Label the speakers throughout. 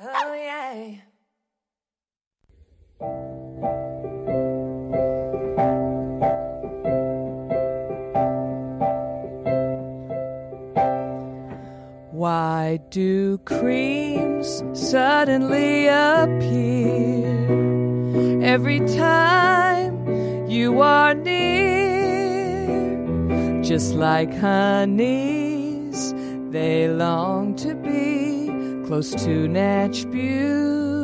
Speaker 1: Oh yeah. Why do creams suddenly appear every time you are near? Just like honeys, they long to be close to Natch Butte.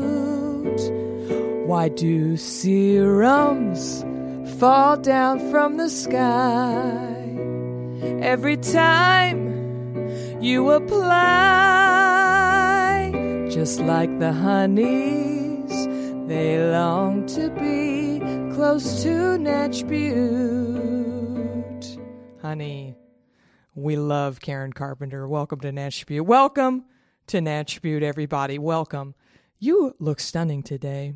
Speaker 1: Why do serums fall down from the sky every time? you apply. Just like the honeys, they long to be close to Natch Butte. Honey, we love Karen Carpenter. Welcome to Natch Butte. Welcome to Natch Butte, everybody. Welcome. You look stunning today.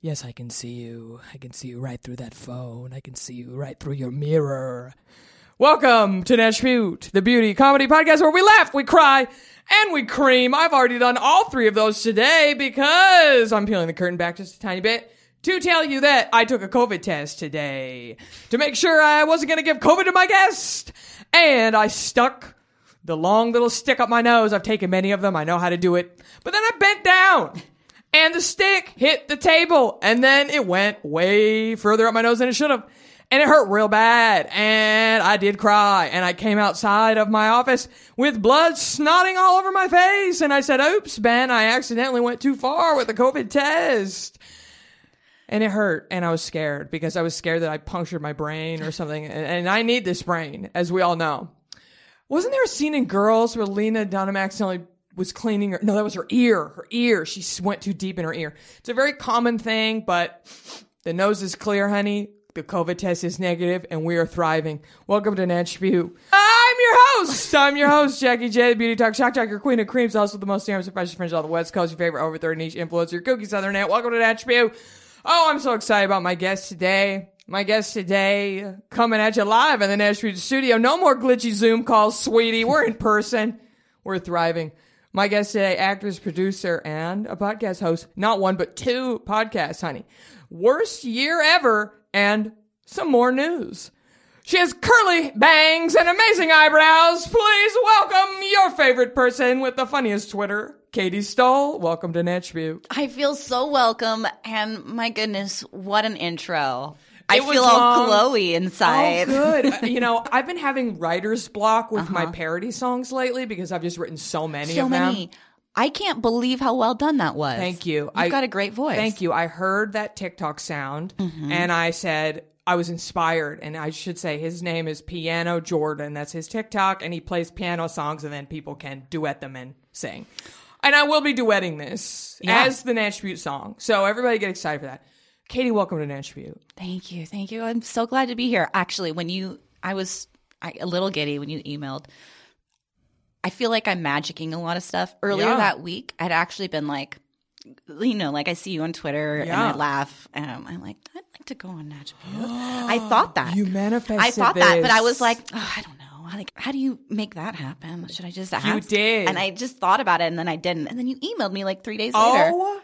Speaker 1: Yes, I can see you. I can see you right through that phone. I can see you right through your mirror. Welcome to Nash Butte, the beauty comedy podcast where we laugh, we cry, and we cream. I've already done all three of those today because I'm peeling the curtain back just a tiny bit to tell you that I took a COVID test today to make sure I wasn't going to give COVID to my guest. And I stuck the long little stick up my nose. I've taken many of them. I know how to do it. But then I bent down and the stick hit the table and then it went way further up my nose than it should have and it hurt real bad. And I did cry. And I came outside of my office with blood snotting all over my face. And I said, Oops, Ben, I accidentally went too far with the COVID test. And it hurt. And I was scared because I was scared that I punctured my brain or something. And, and I need this brain, as we all know. Wasn't there a scene in Girls where Lena Dunham accidentally was cleaning her? No, that was her ear. Her ear. She went too deep in her ear. It's a very common thing, but the nose is clear, honey the COVID test is negative, and we are thriving. Welcome to Natch View. I'm your host. I'm your host, Jackie J, the Beauty Talk Shock Talk, your queen of creams, also the most famous and precious friends on the West Coast, your favorite over 30 niche influencer, your cookie southern aunt. Welcome to Natch View. Oh, I'm so excited about my guest today. My guest today coming at you live in the Natch View studio. No more glitchy Zoom calls, sweetie. We're in person. We're thriving. My guest today, actress, producer, and a podcast host. Not one, but two podcasts, honey. Worst year ever and some more news. She has curly bangs and amazing eyebrows. Please welcome your favorite person with the funniest Twitter, Katie Stoll. Welcome to Nashville.
Speaker 2: I feel so welcome, and my goodness, what an intro! I
Speaker 1: It was
Speaker 2: feel all
Speaker 1: long.
Speaker 2: glowy inside.
Speaker 1: Oh, good. Uh, you know, I've been having writer's block with my parody songs lately because I've just written so many
Speaker 2: Uh-huh. so
Speaker 1: of them.
Speaker 2: many. I can't believe how well done that was.
Speaker 1: Thank you.
Speaker 2: You've
Speaker 1: I-
Speaker 2: got a great voice. Mm-hmm.
Speaker 1: Thank you. I heard that TikTok sound and I said, I was inspired. And I should say his name is Piano Jordan. That's his TikTok. And he plays piano songs and then people can duet them and sing. And I will be duetting this
Speaker 2: Yeah.
Speaker 1: as the Nash Butte song. So everybody get excited for that. Katie, welcome to Nash Butte.
Speaker 2: Thank you. Thank you. I'm so glad to be here. Actually, when you, I was I, a little giddy when you emailed. I feel like I'm magicking a lot of stuff. Earlier
Speaker 1: Yeah.
Speaker 2: that week, I'd actually been like, you know, like I see you on Twitter and
Speaker 1: Yeah.
Speaker 2: I laugh. And I'm, I'm like, I'd like to go on Natch Butte. I thought that.
Speaker 1: You manifested
Speaker 2: I thought that, but I
Speaker 1: this.
Speaker 2: was like, oh, I don't know. Like, how do you make that happen? Should I just ask?
Speaker 1: did.
Speaker 2: And I just thought about it and then I didn't. And then you emailed me like three days later.
Speaker 1: Oh,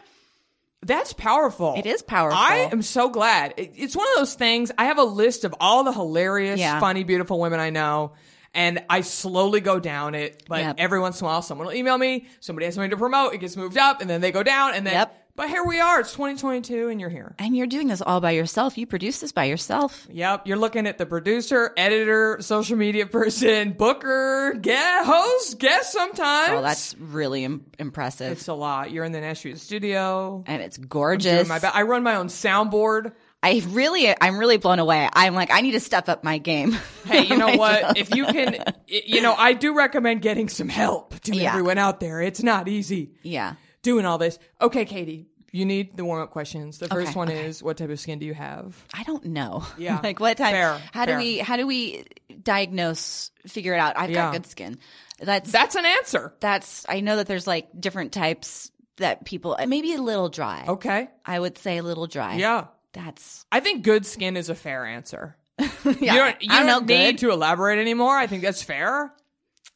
Speaker 1: that's powerful.
Speaker 2: It is powerful.
Speaker 1: I am so glad. It- It's one of those things. I have a list of all the hilarious,
Speaker 2: Yeah.
Speaker 1: funny, beautiful women I know. And I slowly go down it, but
Speaker 2: Yep.
Speaker 1: every once in a while, someone will email me. Somebody has something to promote. It gets moved up, and then they go down, and then.
Speaker 2: Yep.
Speaker 1: But here we are. It's 2022, and you're here.
Speaker 2: And you're doing this all by yourself. You produced this by yourself.
Speaker 1: Yep, you're looking at the producer, editor, social media person, booker, guest, host, guest. Sometimes.
Speaker 2: Oh, that's really Im- impressive.
Speaker 1: it's a lot. You're in the Nashville studio.
Speaker 2: and it's
Speaker 1: doing
Speaker 2: gorgeous.
Speaker 1: my be- I run my own soundboard.
Speaker 2: I really, I'm really blown away. I'm like, I need to step up my game.
Speaker 1: Hey, you know what? If you can, i- you know, I do recommend getting some help to
Speaker 2: Yeah.
Speaker 1: everyone out there. It's not easy
Speaker 2: yeah.
Speaker 1: doing all this. Okay, Katie, you need the warm up questions. The first
Speaker 2: Okay,
Speaker 1: one is what type of skin do you have?
Speaker 2: I don't know.
Speaker 1: Yeah.
Speaker 2: like what type?
Speaker 1: Fair,
Speaker 2: how
Speaker 1: fair.
Speaker 2: do we? How do we diagnose? Figure it out. I've
Speaker 1: Yeah.
Speaker 2: got good skin. That's
Speaker 1: That's an answer.
Speaker 2: that's. I know that there's like different types that people. uh, Maybe a little dry.
Speaker 1: Okay.
Speaker 2: I would say a little dry.
Speaker 1: Yeah.
Speaker 2: That's
Speaker 1: I think good skin is a fair answer.
Speaker 2: yeah.
Speaker 1: You don't, you
Speaker 2: I
Speaker 1: don't
Speaker 2: know
Speaker 1: need
Speaker 2: good.
Speaker 1: to elaborate anymore. I think that's fair.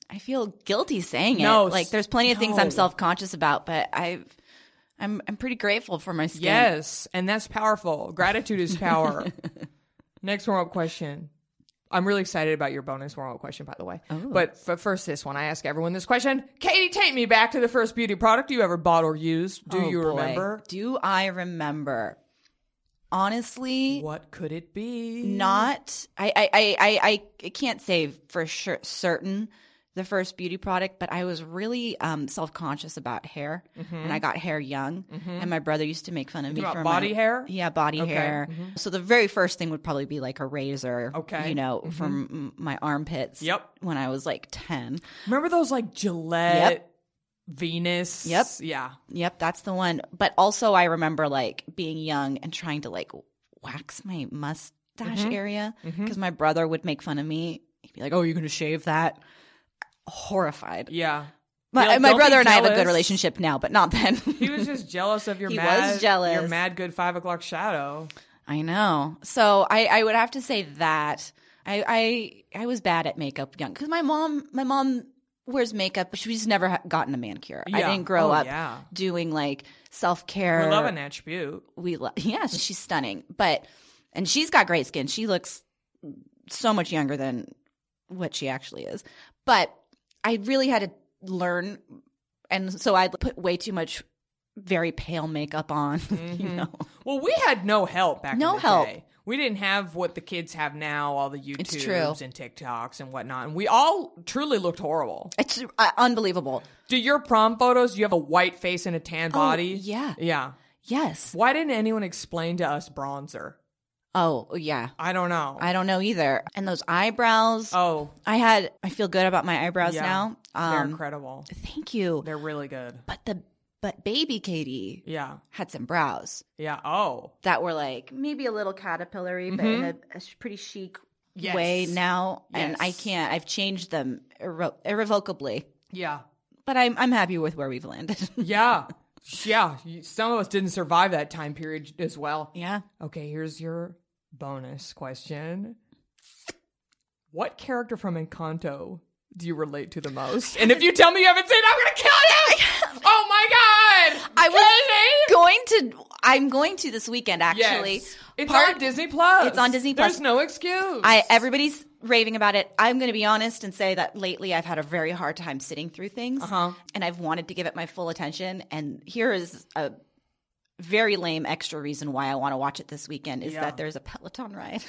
Speaker 2: I feel guilty saying
Speaker 1: No,
Speaker 2: it. Like
Speaker 1: s-
Speaker 2: there's plenty of things
Speaker 1: no.
Speaker 2: I'm self conscious about, but I've. I'm I'm pretty grateful for my skin.
Speaker 1: Yes, and that's powerful. Gratitude is power. Next warm up question. I'm really excited about your bonus warm up question, by the way.
Speaker 2: Oh.
Speaker 1: But for first, this one. I ask everyone this question. Katie, take me back to the first beauty product you ever bought or used. Do
Speaker 2: Oh,
Speaker 1: you
Speaker 2: boy.
Speaker 1: remember?
Speaker 2: Do I remember? Honestly,
Speaker 1: What could it be?
Speaker 2: not I, I i i i can't say for sure certain the first beauty product but i was really um self-conscious about hair
Speaker 1: Mm-hmm.
Speaker 2: and i got hair young and my brother used to make fun of me
Speaker 1: about
Speaker 2: for
Speaker 1: body
Speaker 2: my,
Speaker 1: hair?
Speaker 2: yeah body
Speaker 1: Okay. Mm-hmm.
Speaker 2: hair so the very first thing would probably be like a razor
Speaker 1: Okay. Mm-hmm.
Speaker 2: you know from m- my armpits
Speaker 1: Yep.
Speaker 2: when i was like 10
Speaker 1: Remember those like Gillette, Venus?
Speaker 2: Yep.
Speaker 1: Yeah.
Speaker 2: Yep, that's the one. But also, I remember like being young and trying to like wax my mustache
Speaker 1: Mm-hmm.
Speaker 2: area because my brother would make fun of me. He'd be like, "Oh, you're going to shave that?" Horrified.
Speaker 1: Yeah.
Speaker 2: My,
Speaker 1: Don't-
Speaker 2: my
Speaker 1: don't be
Speaker 2: brother and I have a good
Speaker 1: jealous.
Speaker 2: relationship now, but not then.
Speaker 1: He was just jealous of your
Speaker 2: He was
Speaker 1: mad, your
Speaker 2: jealous.
Speaker 1: mad good five o'clock shadow.
Speaker 2: I know. So I, I would have to say that I I, I was bad at makeup young because my mom my mom wears makeup, but she's never ha- gotten a manicure. I
Speaker 1: Yeah.
Speaker 2: didn't grow
Speaker 1: Oh,
Speaker 2: up
Speaker 1: yeah.
Speaker 2: doing like self care.
Speaker 1: I love an attribute.
Speaker 2: we love. Yeah, she's stunning, but and she's got great skin. She looks so much younger than what she actually is. But I really had to learn, and so I put way too much very pale makeup on. You
Speaker 1: Mm-hmm.
Speaker 2: know,
Speaker 1: Well, we had no help back
Speaker 2: No
Speaker 1: in the
Speaker 2: help.
Speaker 1: day. We didn't have what the kids have now, all the
Speaker 2: It's
Speaker 1: YouTubes and TikToks and whatnot. And we all truly looked horrible.
Speaker 2: it's uh, unbelievable.
Speaker 1: Do your prom photos, you have a white face and a tan body?
Speaker 2: Oh, yeah.
Speaker 1: Yeah.
Speaker 2: Yes.
Speaker 1: Why didn't anyone explain to us bronzer?
Speaker 2: Oh yeah.
Speaker 1: I don't know.
Speaker 2: I don't know either. And those eyebrows.
Speaker 1: oh,
Speaker 2: I had. I feel good about my eyebrows
Speaker 1: Yeah.
Speaker 2: now.
Speaker 1: they're
Speaker 2: Um,
Speaker 1: incredible.
Speaker 2: thank you.
Speaker 1: They're really good.
Speaker 2: But the but baby Katie
Speaker 1: Yeah.
Speaker 2: had some brows.
Speaker 1: Yeah. Oh.
Speaker 2: that were like maybe a little caterpillary, but in a, a sh- pretty chic
Speaker 1: Mm-hmm. Yes.
Speaker 2: way now. And I
Speaker 1: Yes.
Speaker 2: can't. I've changed them irre- irrevocably,
Speaker 1: Yeah.
Speaker 2: but I'm I'm happy with where we've landed.
Speaker 1: Yeah. yeah. You- Some of us didn't survive that time period as well.
Speaker 2: yeah.
Speaker 1: Okay, here's your bonus question. What character from Encanto do you relate to the most? And if you tell me you haven't seen, it, I'm gonna kill you! Oh my god!
Speaker 2: I
Speaker 1: Katie!
Speaker 2: was going to. I'm going to this weekend actually.
Speaker 1: Yes. It's
Speaker 2: Part-
Speaker 1: on Disney Plus.
Speaker 2: It's on Disney
Speaker 1: There's
Speaker 2: Plus.
Speaker 1: no excuse.
Speaker 2: I everybody's raving about it. I'm going to be honest and say that lately I've had a very hard time sitting through things,
Speaker 1: Uh-huh.
Speaker 2: and I've wanted to give it my full attention. And here is a very lame extra reason why I want to watch it this weekend is
Speaker 1: Yeah.
Speaker 2: that there's a Peloton ride.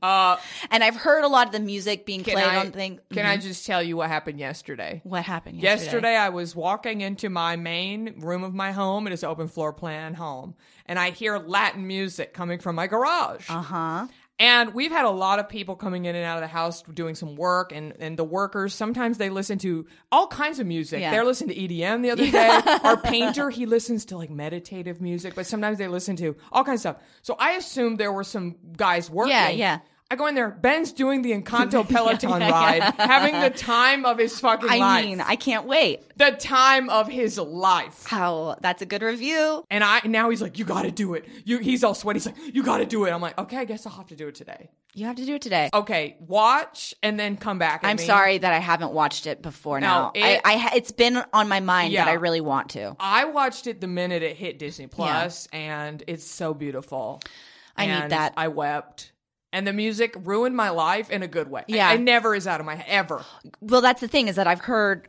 Speaker 1: uh,
Speaker 2: And I've heard a lot of the music being
Speaker 1: can
Speaker 2: played
Speaker 1: I,
Speaker 2: on Mm-hmm. things.
Speaker 1: Can I just tell you what happened yesterday?
Speaker 2: What happened yesterday?
Speaker 1: Yesterday, I was walking into my main room of my home. It is open floor plan home, and I hear Latin music coming from my garage.
Speaker 2: Uh huh.
Speaker 1: And we've had a lot of people coming in and out of the house doing some work, and, and the workers sometimes they listen to all kinds of music.
Speaker 2: Yeah.
Speaker 1: They're listening to EDM the other day. Our painter he listens to like meditative music, but sometimes they listen to all kinds of stuff. So I assumed there were some guys working.
Speaker 2: Yeah, yeah.
Speaker 1: I go in there. Ben's doing the Encanto Peloton ride, having the time of his fucking
Speaker 2: I
Speaker 1: life.
Speaker 2: mean, I can't wait.
Speaker 1: the time of his life.
Speaker 2: How that's a good review.
Speaker 1: And I now he's like, you got to do it. You he's all sweaty. He's like, you got to do it. I'm like, okay, I guess I'll have to do it today.
Speaker 2: You have to do it today.
Speaker 1: Okay, watch and then come back. at
Speaker 2: I'm
Speaker 1: me.
Speaker 2: sorry that I haven't watched it before now.
Speaker 1: it-
Speaker 2: I, I ha- it's been on my mind
Speaker 1: Yeah.
Speaker 2: that I really want to.
Speaker 1: I watched it the minute it hit Disney Plus, and it's so beautiful.
Speaker 2: I need
Speaker 1: And
Speaker 2: that.
Speaker 1: I wept. And the music ruined my life in a good way.
Speaker 2: Yeah.
Speaker 1: it never is out of my head ever.
Speaker 2: Well, that's the thing is that I've heard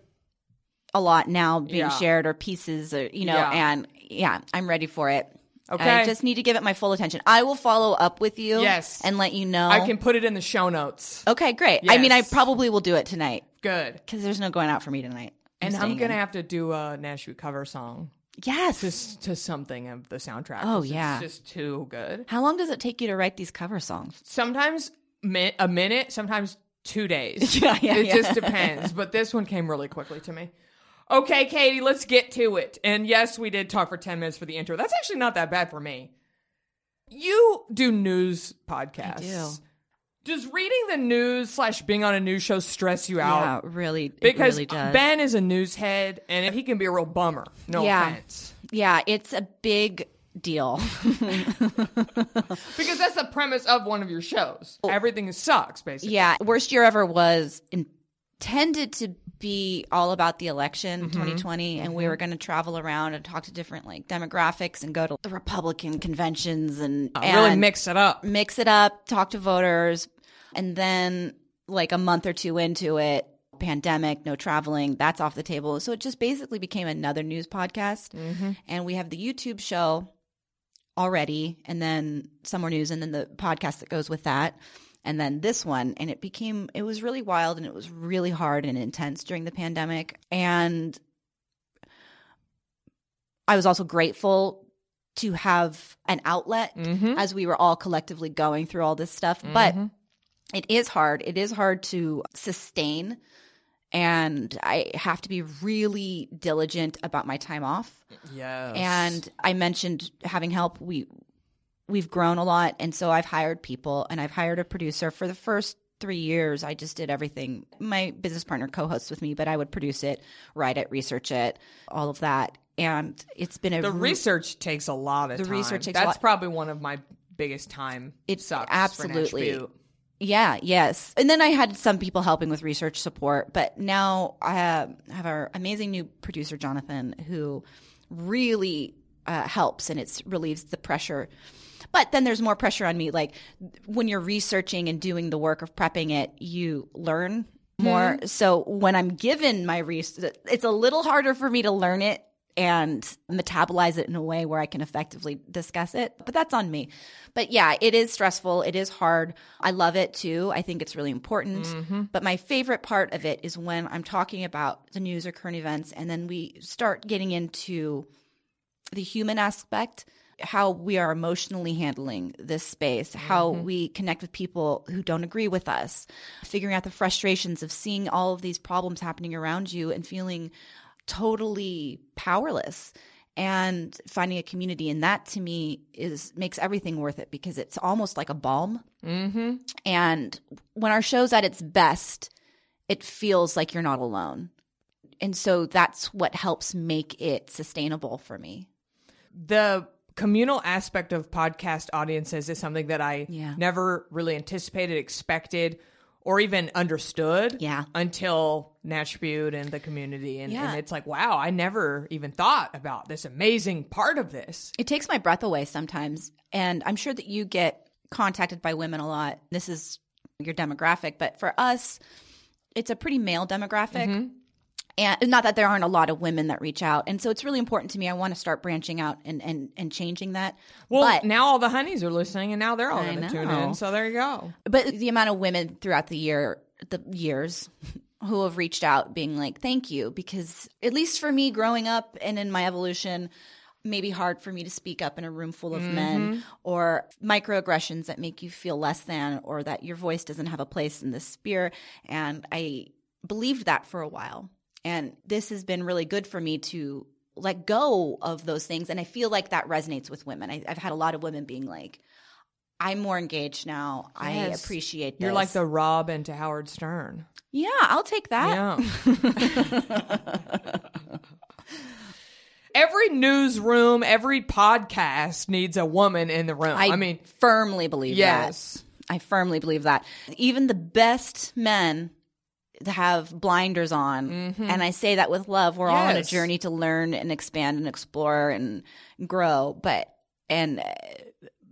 Speaker 2: a lot now being
Speaker 1: Yeah.
Speaker 2: shared or pieces or you know
Speaker 1: Yeah.
Speaker 2: and yeah, I'm ready for it.
Speaker 1: Okay.
Speaker 2: I just need to give it my full attention. I will follow up with you
Speaker 1: Yes.
Speaker 2: and let you know.
Speaker 1: I can put it in the show notes.
Speaker 2: Okay, great. I mean, I
Speaker 1: Yes.
Speaker 2: probably will do it tonight.
Speaker 1: Good.
Speaker 2: because there's no going out for me tonight.
Speaker 1: And I'm
Speaker 2: staying
Speaker 1: gonna
Speaker 2: in.
Speaker 1: have to do a Nashville cover song.
Speaker 2: Yes.
Speaker 1: to s- to something of the soundtrack.
Speaker 2: Oh,
Speaker 1: 'cause it's
Speaker 2: yeah.
Speaker 1: just too good.
Speaker 2: How long does it take you to write these cover songs?
Speaker 1: Sometimes mi- a minute, sometimes two days.
Speaker 2: Yeah, yeah,
Speaker 1: it
Speaker 2: yeah.
Speaker 1: just depends. But this one came really quickly to me. Okay, Katie, let's get to it. And yes, we did talk for ten minutes for the intro. That's actually not that bad for me. You do news podcasts. Does reading the news slash being on a news show stress you out?
Speaker 2: Yeah, really. it
Speaker 1: because
Speaker 2: really does.
Speaker 1: Ben is a news head and he can be a real bummer. No
Speaker 2: Yeah.
Speaker 1: offense.
Speaker 2: yeah, it's a big deal.
Speaker 1: Because that's the premise of one of your shows. Everything sucks, basically.
Speaker 2: yeah, worst year ever was intended to be all about the election 2020 and we were going to travel around and talk to different like demographics and go to the Republican conventions and,
Speaker 1: I really
Speaker 2: and
Speaker 1: mix it up.
Speaker 2: mix it up, talk to voters, and then like a month or two into it, pandemic, no traveling, that's off the table. So it just basically became another news podcast. And we have the YouTube show already, and then some more news, and then the podcast that goes with that. And then this one, and it became, it was really wild and it was really hard and intense during the pandemic. And I was also grateful to have an outlet
Speaker 1: Mm-hmm.
Speaker 2: as we were all collectively going through all this stuff. But it is hard. It is hard to sustain. And I have to be really diligent about my time off.
Speaker 1: Yes.
Speaker 2: And I mentioned having help. We we've grown a lot, and so I've hired people, and I've hired a producer for the first three years. I just did everything. My business partner co-hosts with me, but I would produce it, write it, research it, all of that. And it's been a
Speaker 1: the
Speaker 2: re-
Speaker 1: research takes a lot of
Speaker 2: The
Speaker 1: time.
Speaker 2: research takes a
Speaker 1: That's
Speaker 2: lot-
Speaker 1: probably one of my biggest time
Speaker 2: It
Speaker 1: sucks. for
Speaker 2: absolutely-
Speaker 1: Nashville.
Speaker 2: Yeah, yes. And then I had some people helping with research support, but now I have, have our amazing new producer, Jonathan, who really uh, helps and it relieves the pressure. But then there's more pressure on me. Like when you're researching and doing the work of prepping it, you learn more. So when I'm given my research, it's a little harder for me to learn it and metabolize it in a way where I can effectively discuss it. But that's on me. But yeah, it is stressful. It is hard. I love it too. I think it's really important. But my favorite part of it is when I'm talking about the news or current events and then we start getting into the human aspect, how we are emotionally handling this space, how we connect with people who don't agree with us, figuring out the frustrations of seeing all of these problems happening around you and feeling totally powerless and finding a community and that to me is makes everything worth it because it's almost like a balm and when our show's at its best, it feels like you're not alone. And so that's what helps make it sustainable for me.
Speaker 1: the communal aspect of podcast audiences is something that I
Speaker 2: Yeah.
Speaker 1: never really anticipated, expected, or even understood
Speaker 2: Yeah.
Speaker 1: until Nashville and the community. And,
Speaker 2: Yeah.
Speaker 1: and it's like, wow, I never even thought about this amazing part of this.
Speaker 2: It takes my breath away sometimes. And I'm sure that you get contacted by women a lot. This is your demographic, but for us, it's a pretty male demographic. And not that there aren't a lot of women that reach out. And so it's really important to me. I want to start branching out and, and, and changing that.
Speaker 1: Well,
Speaker 2: but
Speaker 1: now all the honeys are listening and now they're all
Speaker 2: I
Speaker 1: going to tune
Speaker 2: know.
Speaker 1: in. So there you go.
Speaker 2: but the amount of women throughout the year the years who have reached out being like thank you because at least for me growing up and in my evolution maybe hard for me to speak up in a room full of men or microaggressions that make you feel less than or that your voice doesn't have a place in this sphere and i believed that for a while and this has been really good for me to let go of those things and i feel like that resonates with women I, i've had a lot of women being like I'm more engaged now.
Speaker 1: Yes.
Speaker 2: I appreciate this.
Speaker 1: You're like the Rob and to Howard Stern.
Speaker 2: Yeah, I'll take that.
Speaker 1: Yeah. every newsroom, every podcast needs a woman in the room. I, mean,
Speaker 2: firmly believe
Speaker 1: yes.
Speaker 2: that. I firmly believe that. Even the best men have blinders on. And I say that with love. We're all on a
Speaker 1: Mm-hmm. Yes.
Speaker 2: journey to learn and expand and explore and grow, but and uh,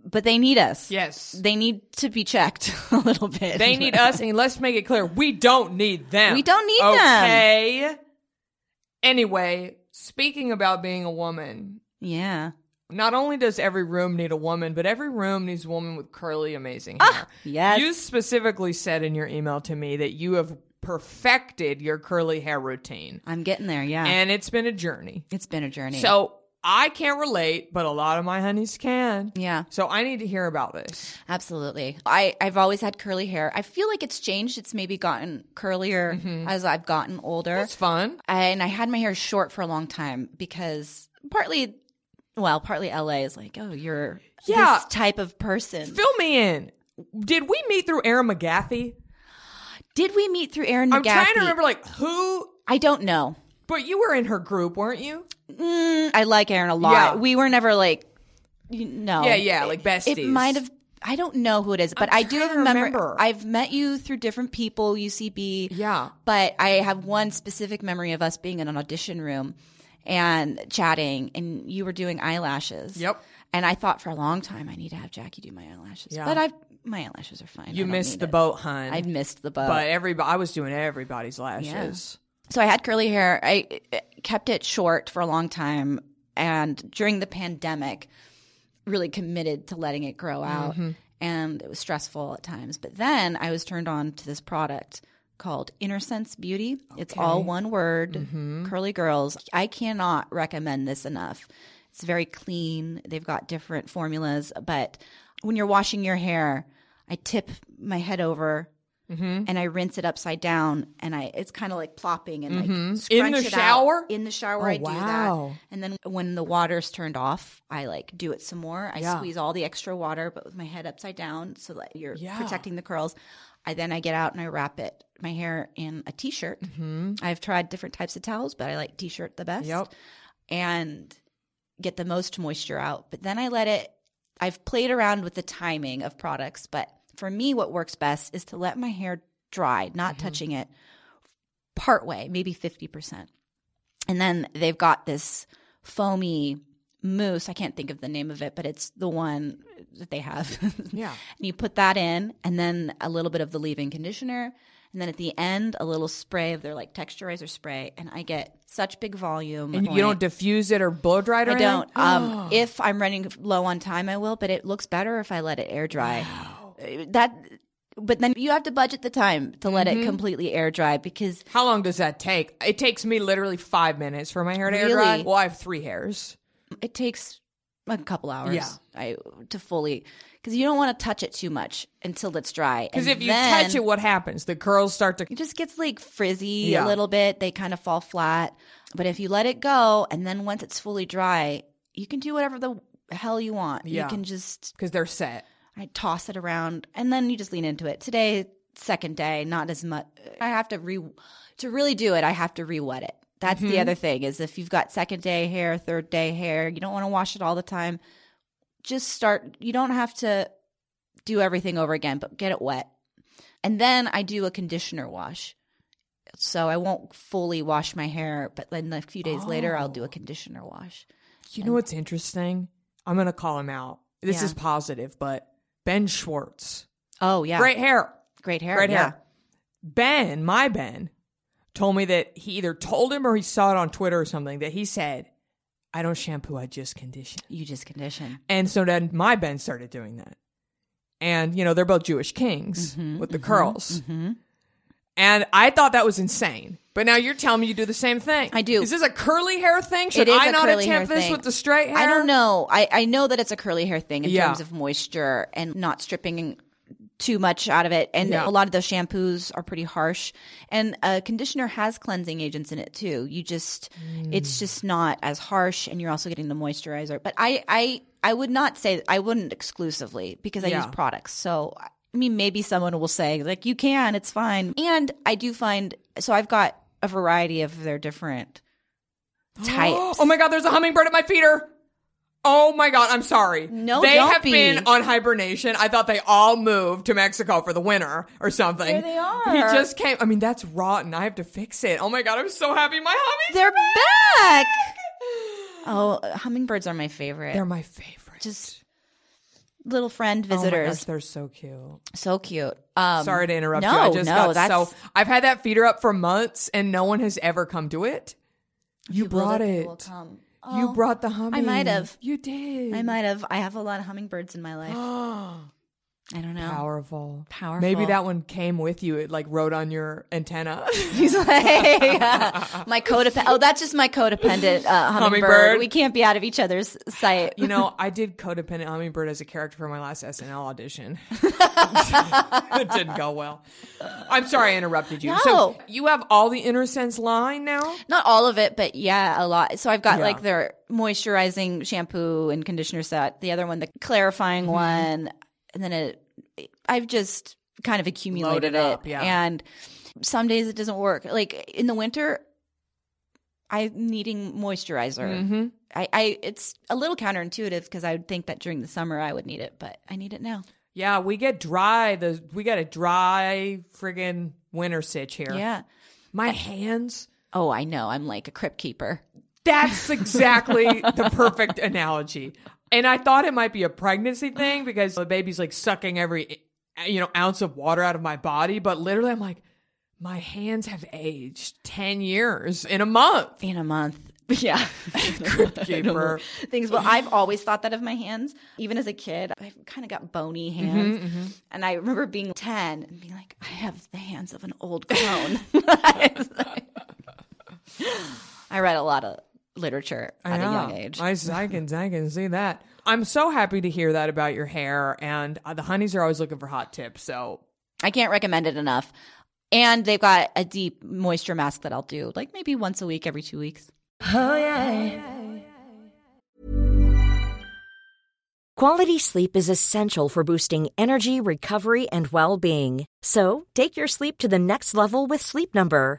Speaker 2: but they need us.
Speaker 1: Yes.
Speaker 2: They need to be checked a little bit.
Speaker 1: They need us, and let's make it clear we don't need them.
Speaker 2: We don't need them.
Speaker 1: okay? them. Okay. Anyway, speaking about being a woman,
Speaker 2: Yeah.
Speaker 1: not only does every room need a woman, but every room needs a woman with curly, amazing hair.
Speaker 2: Ah, yes.
Speaker 1: You specifically said in your email to me that you have perfected your curly hair routine,
Speaker 2: I'm getting there. Yeah.
Speaker 1: and it's been a journey.
Speaker 2: it's been a journey.
Speaker 1: So I can't relate, but a lot of my honeys can.
Speaker 2: Yeah.
Speaker 1: So I need to hear about this.
Speaker 2: Absolutely. I, I've always had curly hair. I feel like it's changed. It's maybe gotten curlier
Speaker 1: Mm-hmm.
Speaker 2: as I've gotten older.
Speaker 1: It's fun.
Speaker 2: and I had my hair short for a long time because partly, well, partly LA is like, oh, you're
Speaker 1: Yeah.
Speaker 2: this type of person.
Speaker 1: Fill me in. Did we meet through Aaron McGaffey?
Speaker 2: Did we meet through Erin McGaffey?
Speaker 1: I'm trying to remember, like, who.
Speaker 2: I don't know.
Speaker 1: But you were in her group, weren't you?
Speaker 2: Mm, I like Erin a lot.
Speaker 1: Yeah.
Speaker 2: We were never like, you know.
Speaker 1: Yeah, yeah, like
Speaker 2: It,
Speaker 1: besties.
Speaker 2: it might have. I don't know who it is, but
Speaker 1: I'm
Speaker 2: I do
Speaker 1: trying to
Speaker 2: remember,
Speaker 1: remember.
Speaker 2: I've met you through different people, UCB.
Speaker 1: Yeah.
Speaker 2: But I have one specific memory of us being in an audition room and chatting, and you were doing eyelashes.
Speaker 1: Yep.
Speaker 2: And I thought for a long time I need to have Jackie do my eyelashes,
Speaker 1: Yeah.
Speaker 2: but I've my eyelashes are fine.
Speaker 1: You
Speaker 2: I don't
Speaker 1: missed
Speaker 2: need
Speaker 1: the
Speaker 2: it.
Speaker 1: boat, hun.
Speaker 2: I missed the boat.
Speaker 1: but everybody, I was doing everybody's lashes.
Speaker 2: so I had curly hair. I uh, kept it short for a long time, and during the pandemic, really committed to letting it grow out.
Speaker 1: Mm-hmm.
Speaker 2: And it was stressful at times. But then I was turned on to this product called Inner Sense Beauty. It's all one word,
Speaker 1: Mm-hmm.
Speaker 2: curly girls. I cannot recommend this enough. It's very clean. They've got different formulas, but when you're washing your hair, I tip my head over
Speaker 1: Mm-hmm.
Speaker 2: and I rinse it upside down, and I it's kind of like plopping and like scrunch
Speaker 1: Mm-hmm. In the
Speaker 2: it out.
Speaker 1: shower?
Speaker 2: In the shower,
Speaker 1: Oh,
Speaker 2: I do
Speaker 1: wow.
Speaker 2: that, and then when the water's turned off, I like do it some more. I
Speaker 1: Yeah.
Speaker 2: squeeze all the extra water, but with my head upside down, so that you're
Speaker 1: Yeah.
Speaker 2: protecting the curls. I then I get out and I wrap it my hair in a t-shirt.
Speaker 1: Mm-hmm.
Speaker 2: I've tried different types of towels, but I like t-shirt the best
Speaker 1: Yep.
Speaker 2: and get the most moisture out. But then I let it, I've played around with the timing of products, but for me, what works best is to let my hair dry, not
Speaker 1: Mm-hmm.
Speaker 2: touching it part way, maybe 50%. And then they've got this foamy mousse. I can't think of the name of it, but it's the one that they have.
Speaker 1: Yeah.
Speaker 2: And you put that in, and then a little bit of the leave in conditioner. And then at the end, a little spray of their like texturizer spray. And I get such big volume.
Speaker 1: And
Speaker 2: on
Speaker 1: you don't
Speaker 2: it.
Speaker 1: diffuse it or blow dry it or
Speaker 2: I
Speaker 1: anything?
Speaker 2: don't. Um, if I'm running low on time, I will, but it looks better if I let it air dry. Uh, That. But then you have to budget the time to let
Speaker 1: Mm-hmm.
Speaker 2: it completely air dry because
Speaker 1: How long does that take? It takes me literally five minutes for my hair to air dry.
Speaker 2: Really?
Speaker 1: Well, I have three hairs.
Speaker 2: it takes a couple hours
Speaker 1: Yeah.
Speaker 2: I, to fully because you don't want to touch it too much until it's dry.
Speaker 1: Because
Speaker 2: And
Speaker 1: if you
Speaker 2: then-
Speaker 1: touch it, what happens? The curls start to.
Speaker 2: it just gets like frizzy
Speaker 1: Yeah.
Speaker 2: a little bit. They kind of fall flat. But if you let it go and then once it's fully dry, you can do whatever the hell you want.
Speaker 1: Yeah.
Speaker 2: You can just
Speaker 1: Because they're set.
Speaker 2: I toss it around and then you just lean into it. Today, second day, not as much. I have to re to really do it. I have to re-wet it. That's
Speaker 1: Mm-hmm.
Speaker 2: the other thing is if you've got second day hair, third day hair, you don't want to wash it all the time. Just start. You don't have to do everything over again, but get it wet. And then I do a conditioner wash. So I won't fully wash my hair, but then a few days later I'll
Speaker 1: Oh.
Speaker 2: do a conditioner wash.
Speaker 1: You know what's interesting? I'm going to call him out. This
Speaker 2: Yeah.
Speaker 1: is positive, but Ben Schwartz.
Speaker 2: Oh yeah.
Speaker 1: Great hair.
Speaker 2: Great hair.
Speaker 1: Great
Speaker 2: yeah.
Speaker 1: hair. Ben, my Ben, told me that he either told him or he saw it on Twitter or something that he said, I don't shampoo, I just condition.
Speaker 2: You just condition.
Speaker 1: And so then my Ben started doing that. And, you know, they're both Jewish kings
Speaker 2: Mm-hmm,
Speaker 1: with the curls. And I thought that was insane. But now you're telling me you do the same thing.
Speaker 2: I do.
Speaker 1: Is this a curly hair thing? Should
Speaker 2: It is
Speaker 1: I
Speaker 2: a
Speaker 1: not
Speaker 2: curly
Speaker 1: attempt
Speaker 2: hair
Speaker 1: this
Speaker 2: thing.
Speaker 1: with the straight hair?
Speaker 2: I don't know. I, I know that it's a curly hair thing in
Speaker 1: Yeah.
Speaker 2: terms of moisture and not stripping too much out of it. And
Speaker 1: Yeah.
Speaker 2: a lot of those shampoos are pretty harsh. And a conditioner has cleansing agents in it too. You just, it's just not as harsh and you're also getting the moisturizer. But I, I, I would not say, I wouldn't exclusively because I
Speaker 1: Yeah.
Speaker 2: use products. So, I mean, maybe someone will say, like, you can, it's fine. And I do find, so I've got a variety of their different types.
Speaker 1: Oh my God, there's a hummingbird at my feeder. Oh my God, I'm sorry.
Speaker 2: No,
Speaker 1: they
Speaker 2: don't
Speaker 1: have
Speaker 2: be.
Speaker 1: been on hibernation. I thought they all moved to Mexico for the winter or something.
Speaker 2: There they are.
Speaker 1: He just came. I mean, that's rotten. I have to fix it. Oh my God, I'm so happy. My hobbies.
Speaker 2: They're back. Oh, hummingbirds are my favorite.
Speaker 1: They're my favorite.
Speaker 2: just little friend
Speaker 1: Oh my gosh,
Speaker 2: visitors.
Speaker 1: they're so cute.
Speaker 2: so cute. Um,
Speaker 1: Sorry to interrupt
Speaker 2: no,
Speaker 1: you. I just
Speaker 2: no,
Speaker 1: got
Speaker 2: that's,
Speaker 1: so I've had that feeder up for months and no one has ever come to it. You
Speaker 2: will
Speaker 1: brought
Speaker 2: that-
Speaker 1: it.
Speaker 2: will come.
Speaker 1: You
Speaker 2: Oh,
Speaker 1: brought the humming.
Speaker 2: might have.
Speaker 1: You did.
Speaker 2: I might have. I have a lot of hummingbirds in my life. I don't know.
Speaker 1: Powerful.
Speaker 2: Powerful.
Speaker 1: Maybe that one came with you. It like rode on your antenna.
Speaker 2: He's like my codependent. Oh, that's just my codependent uh, hummingbird.
Speaker 1: Hummingbird.
Speaker 2: We can't be out of each other's sight.
Speaker 1: you know, I did codependent hummingbird as a character for my last SNL audition. it didn't go well. I'm sorry I interrupted you. So
Speaker 2: No.
Speaker 1: you have all the inner sense line now?
Speaker 2: Not all of it, but yeah, a lot. So I've got
Speaker 1: Yeah.
Speaker 2: like their moisturizing shampoo and conditioner set. The other one, the clarifying
Speaker 1: Mm-hmm.
Speaker 2: one, and then it. I've just kind of accumulated
Speaker 1: Loaded up, yeah.
Speaker 2: and some days it doesn't work. Like in the winter, I'm needing moisturizer.
Speaker 1: Mm-hmm.
Speaker 2: I, I it's a little counterintuitive because I would think that during the summer I would need it, but I need it now.
Speaker 1: Yeah, we get dry. The we got a dry friggin' winter sitch here.
Speaker 2: Yeah.
Speaker 1: My hands.
Speaker 2: Oh, I know. I'm like a crypt keeper.
Speaker 1: That's exactly the perfect analogy. And I thought it might be a pregnancy thing because the baby's like sucking every you know ounce of water out of my body, but literally I'm like my hands have aged 10 years in a month.
Speaker 2: In a month. Yeah.
Speaker 1: Crypt keeper.
Speaker 2: Things. Well, I've always thought that of my hands. Even as a kid, I've kind of got bony hands. And I remember being 10 and being like, I have the hands of an old crone. I was like- I read a lot of literature at a young
Speaker 1: Yeah,
Speaker 2: age.
Speaker 1: I, I can, I can see that. I'm so happy to hear that about your hair. And uh, the honeys are always looking for hot tips. So
Speaker 2: I can't recommend it enough. And they've got a deep moisture mask that I'll do like maybe once a week, every two weeks.
Speaker 3: Quality sleep is essential for boosting energy, recovery, and well being. So, take your sleep to the next level with Sleep Number.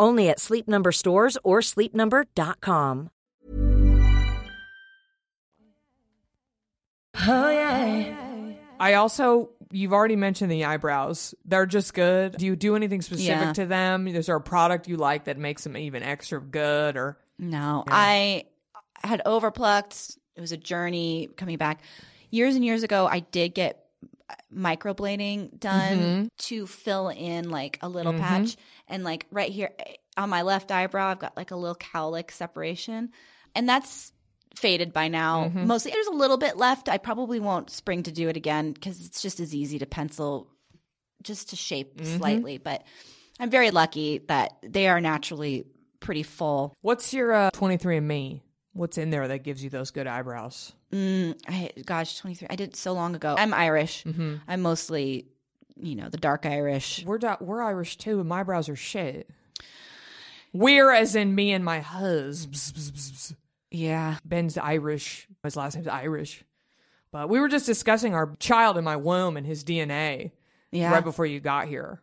Speaker 3: Only at Sleep Number stores or sleepnumber.com.
Speaker 1: I also, you've already mentioned the eyebrows. They're just good. Do you do anything specific
Speaker 2: Yeah.
Speaker 1: to them? Is there a product you like that makes them even extra good or?
Speaker 2: No, I had overplucked. It was a journey coming back. Years and years ago, I did get microblading done to fill in like a little patch. And like right here eh, on my left eyebrow, I've got like a little cowlick separation. And that's faded by now. Mostly there's a little bit left. I probably won't spring to do it again because it's just as easy to pencil just to shape slightly. But I'm very lucky that they are naturally pretty full.
Speaker 1: What's your uh, 23andMe? What's in there that gives you those good eyebrows?
Speaker 2: Mm, I gosh, twenty three. I did it so long ago. I'm Irish.
Speaker 1: Mm-hmm.
Speaker 2: I'm mostly, you know, the dark Irish.
Speaker 1: We're di- we're Irish too, and my brows are shit. We're as in me and my husband.
Speaker 2: Yeah.
Speaker 1: Ben's Irish. His last name's Irish. But we were just discussing our child in my womb and his DNA
Speaker 2: Yeah.
Speaker 1: right before you got here,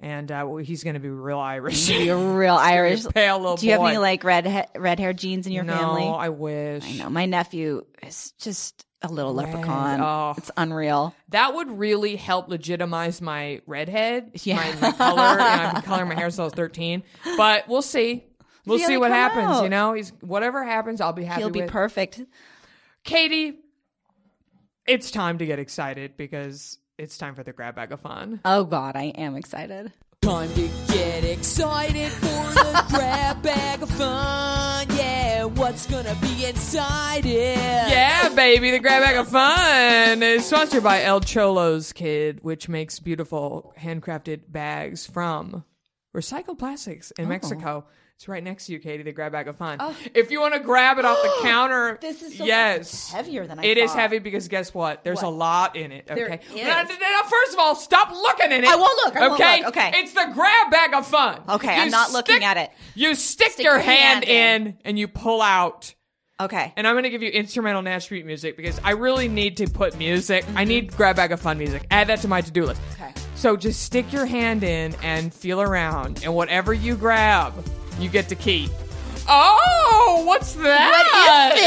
Speaker 1: and uh, well, he's going to be real Irish.
Speaker 2: You're real Irish.
Speaker 1: pale little
Speaker 2: Do you have
Speaker 1: boy.
Speaker 2: any like red he- red hair jeans in your
Speaker 1: no,
Speaker 2: family?
Speaker 1: I wish.
Speaker 2: I know. My nephew is just a little leprechaun.
Speaker 1: Oh.
Speaker 2: It's unreal.
Speaker 1: That would really help legitimize my redhead.
Speaker 2: Yeah.
Speaker 1: My, my color. and I've been coloring my hair since I was 13. But we'll see. We'll see,
Speaker 2: See how they
Speaker 1: what
Speaker 2: come
Speaker 1: happens. You
Speaker 2: out.
Speaker 1: know, he's whatever happens, I'll be happy.
Speaker 2: He'll be
Speaker 1: with.
Speaker 2: perfect.
Speaker 1: Katie, it's time to get excited because it's time for the grab bag of fun.
Speaker 2: Oh God, I am excited.
Speaker 4: Time to get excited for the grab bag of fun. Yeah, what's gonna be inside it?
Speaker 1: Yeah, baby, the grab bag of fun is sponsored by El Cholo's Kid, which makes beautiful handcrafted bags from recycled plastics
Speaker 2: Oh.
Speaker 1: in Mexico. It's right next to you, Katie. The grab bag of fun. If you want to grab it off the counter,
Speaker 2: This is so
Speaker 1: yes
Speaker 2: much heavier than I
Speaker 1: It is
Speaker 2: thought.
Speaker 1: heavy because guess what? There's a lot in it. Okay.
Speaker 2: There
Speaker 1: Now-
Speaker 2: is.
Speaker 1: now- now, first of all, stop looking at it.
Speaker 2: I won't look. I won't
Speaker 1: okay.
Speaker 2: look. Okay.
Speaker 1: It's the grab bag of fun.
Speaker 2: Okay, I'm not looking at it.
Speaker 1: You stick,
Speaker 2: Stick
Speaker 1: your,
Speaker 2: your
Speaker 1: hand,
Speaker 2: hand in.
Speaker 1: in and you pull out
Speaker 2: Okay.
Speaker 1: and I'm going to give you instrumental Nash Beat music because I really need to put music. I need grab bag of fun music. Add that to my to do list.
Speaker 2: Okay.
Speaker 1: So just stick your hand in and feel around, and whatever you grab, you get to keep. Oh, what's that?
Speaker 2: What is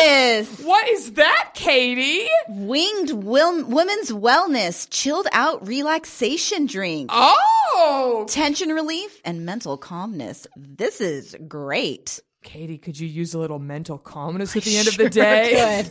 Speaker 2: this?
Speaker 1: What What is that, Katie?
Speaker 2: Winged Wil- Women's Wellness Chilled Out Relaxation Drink.
Speaker 1: Oh,
Speaker 2: Tension relief and mental calmness. This is great.
Speaker 1: Katie, could you use a little mental calmness at the end of the day?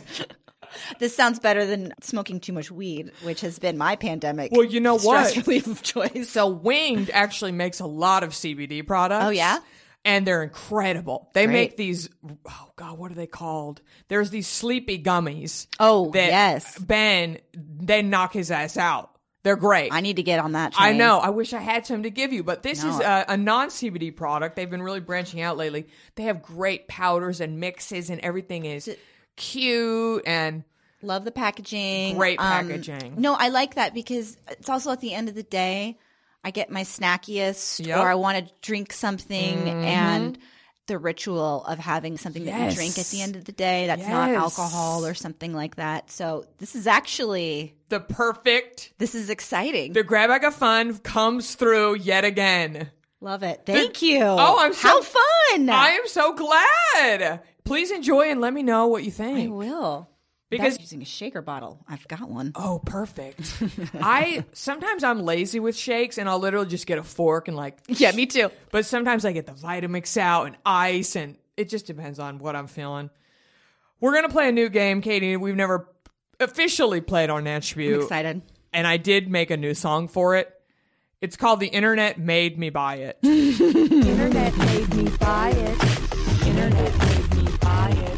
Speaker 2: This sounds better than smoking too much weed, which has been my pandemic.
Speaker 1: Well, you know what?
Speaker 2: stress relief of choice.
Speaker 1: So Winged actually makes a lot of CBD products.
Speaker 2: Oh, yeah?
Speaker 1: And they're incredible. They
Speaker 2: Great.
Speaker 1: make these oh god, what are they called? There's these sleepy gummies.
Speaker 2: Oh,
Speaker 1: that
Speaker 2: yes.
Speaker 1: Ben they knock his ass out. They're great.
Speaker 2: I need to get on that.
Speaker 1: I
Speaker 2: Train.
Speaker 1: know. I wish I had some to give you, but this is
Speaker 2: No.
Speaker 1: a, a non CBD product. They've been really branching out lately. They have great powders and mixes, and everything is cute and
Speaker 2: Love the packaging.
Speaker 1: Great
Speaker 2: Um,
Speaker 1: packaging.
Speaker 2: no, I like that because it's also at the end of the day, I get my snackiest
Speaker 1: Yep. Mm-hmm.
Speaker 2: or I want to drink something and the ritual of having something that you drink at the
Speaker 1: Yes.
Speaker 2: end of the day that's not
Speaker 1: Yes.
Speaker 2: alcohol or something like that. So this is actually
Speaker 1: the perfect.
Speaker 2: this is exciting.
Speaker 1: The grab bag of fun comes through yet again.
Speaker 2: Love it. Thank you.
Speaker 1: Oh, I'm so
Speaker 2: How fun.
Speaker 1: I am so glad. Please enjoy and let me know what you
Speaker 2: I
Speaker 1: think.
Speaker 2: will.
Speaker 1: Because-
Speaker 2: That's using a shaker bottle. I've got one.
Speaker 1: Oh, perfect. I sometimes I'm lazy with shakes and I'll literally just get a fork and like
Speaker 2: Yeah, me too.
Speaker 1: But sometimes I get the Vitamix out and ice and it just depends on what I'm feeling. We're going to play a new game, Katie. We've never officially played on
Speaker 2: I'm
Speaker 1: Attribute.
Speaker 2: excited.
Speaker 1: And I did make a new song for it. It's called The Internet Made Me Buy It.
Speaker 5: Internet made me buy it. Internet made me buy it.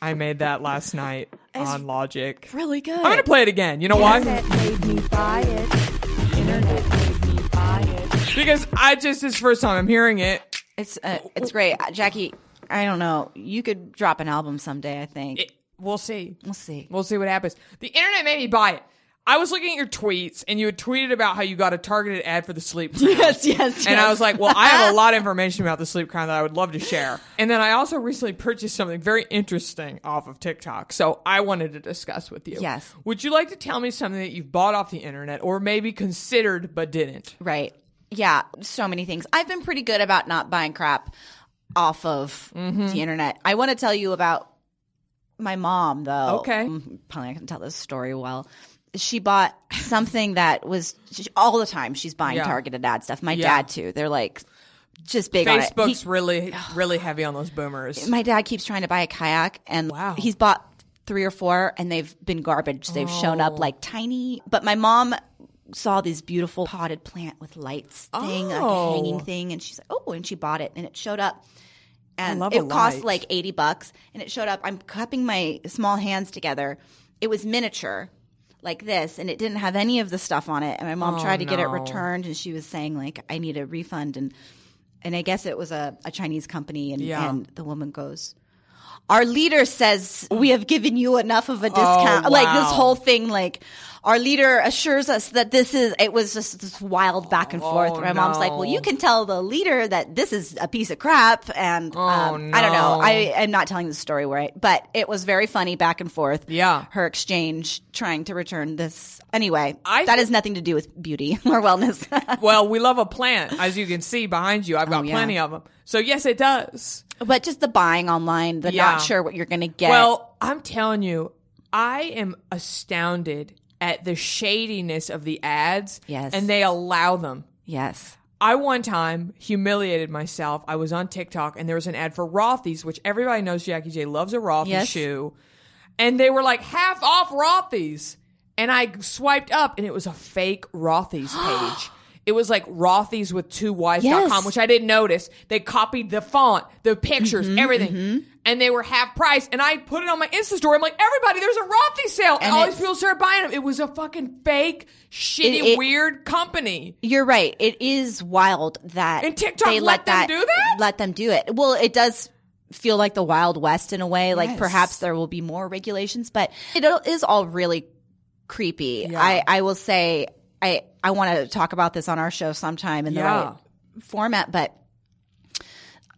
Speaker 1: I made that last night on Logic.
Speaker 2: Really good.
Speaker 1: I'm going to play it again. You know why?
Speaker 5: Internet made me buy it. Internet made me buy it.
Speaker 1: Because I just, this is the first time I'm hearing it.
Speaker 2: It's uh, it's great, Uh, Jackie. I don't know. You could drop an album someday. I think
Speaker 1: it we'll see.
Speaker 2: we'll see.
Speaker 1: We'll see what happens. The internet made me buy it. I was looking at your tweets, and you had tweeted about how you got a targeted ad for the sleep. Crown.
Speaker 2: Yes, yes,
Speaker 1: And I
Speaker 2: yes.
Speaker 1: was like, well, I have a lot of information about the sleep crown that I would love to share. And then I also recently purchased something very interesting off of TikTok, so I wanted to discuss with you.
Speaker 2: Yes.
Speaker 1: Would you like to tell me something that you've bought off the internet, or maybe considered but didn't?
Speaker 2: Right? Yeah. So many things. I've been pretty good about not buying crap off of
Speaker 1: Mm-hmm.
Speaker 2: the internet. I want to tell you about my mom, though.
Speaker 1: Okay.
Speaker 2: Mm, Probably I can tell this story well. She bought something that was she, all the time. She's buying
Speaker 1: Yeah.
Speaker 2: targeted ad stuff. My
Speaker 1: Yeah.
Speaker 2: dad too. They're like just big on it. He-
Speaker 1: Facebook's really, really heavy on those boomers.
Speaker 2: my dad keeps trying to buy a kayak and
Speaker 1: Wow.
Speaker 2: he's bought three or four and they've been garbage they've shown
Speaker 1: Oh.
Speaker 2: up like tiny but my mom saw this beautiful potted plant with lights thing like a hanging
Speaker 1: Oh.
Speaker 2: thing and she's like oh and she bought it and it showed up and
Speaker 1: love a
Speaker 2: it cost
Speaker 1: light.
Speaker 2: like 80 bucks and it showed up i'm cupping my small hands together it was miniature like this and it didn't have any of the stuff on it and my mom tried to get it
Speaker 1: Oh, no.
Speaker 2: returned and she was saying like i need a refund and and i guess it was a, a chinese company and,
Speaker 1: Yeah.
Speaker 2: and the woman goes our leader says we have given you enough of a discount
Speaker 1: Oh,
Speaker 2: like this
Speaker 1: wow.
Speaker 2: whole thing like our leader assures us that this is it was just this wild back and
Speaker 1: Oh,
Speaker 2: forth where my mom's like well
Speaker 1: no.
Speaker 2: you can tell the leader that this is a piece of crap and um, i don't know
Speaker 1: Oh, no.
Speaker 2: i am not telling the story right but it was very funny back and forth
Speaker 1: Yeah.
Speaker 2: her exchange trying to return this anyway
Speaker 1: I
Speaker 2: that
Speaker 1: thi-
Speaker 2: has nothing to do with beauty or wellness
Speaker 1: Well, we love a plant, as you can see behind you. I've got
Speaker 2: Oh, yeah.
Speaker 1: plenty of them. So yes, it does.
Speaker 2: but just the buying online the
Speaker 1: Yeah.
Speaker 2: not sure what you're gonna get
Speaker 1: Well, I'm telling you, I am astounded at the shadiness of the ads.
Speaker 2: Yes.
Speaker 1: And they allow them.
Speaker 2: yes
Speaker 1: I one time humiliated myself. I was on TikTok and there was an ad for Rothy's, which everybody knows Jackie J loves a Rothy's
Speaker 2: Yes.
Speaker 1: shoe. And they were like half off Rothy's. And I swiped up and it was a fake Rothy's page. It was like Rothy's with two Y's dot com,
Speaker 2: Yes.
Speaker 1: which I didn't notice. They copied the font, the pictures,
Speaker 2: Mm-hmm,
Speaker 1: everything. And they were half price. And I put it on my Insta story. I'm like, everybody, there's a Rothy's sale. And,
Speaker 2: And
Speaker 1: all these
Speaker 2: it's-
Speaker 1: people started buying them. It was a fucking fake, shitty,
Speaker 2: it-
Speaker 1: weird company.
Speaker 2: You're right. It is wild that
Speaker 1: And TikTok let them do that?
Speaker 2: Let them do it. Well, it does feel like the Wild West in a way. Like perhaps there will be more regulations, but it is all really creepy. I, I will say I I want to talk about this on our show sometime in the
Speaker 1: Yeah.
Speaker 2: right format, but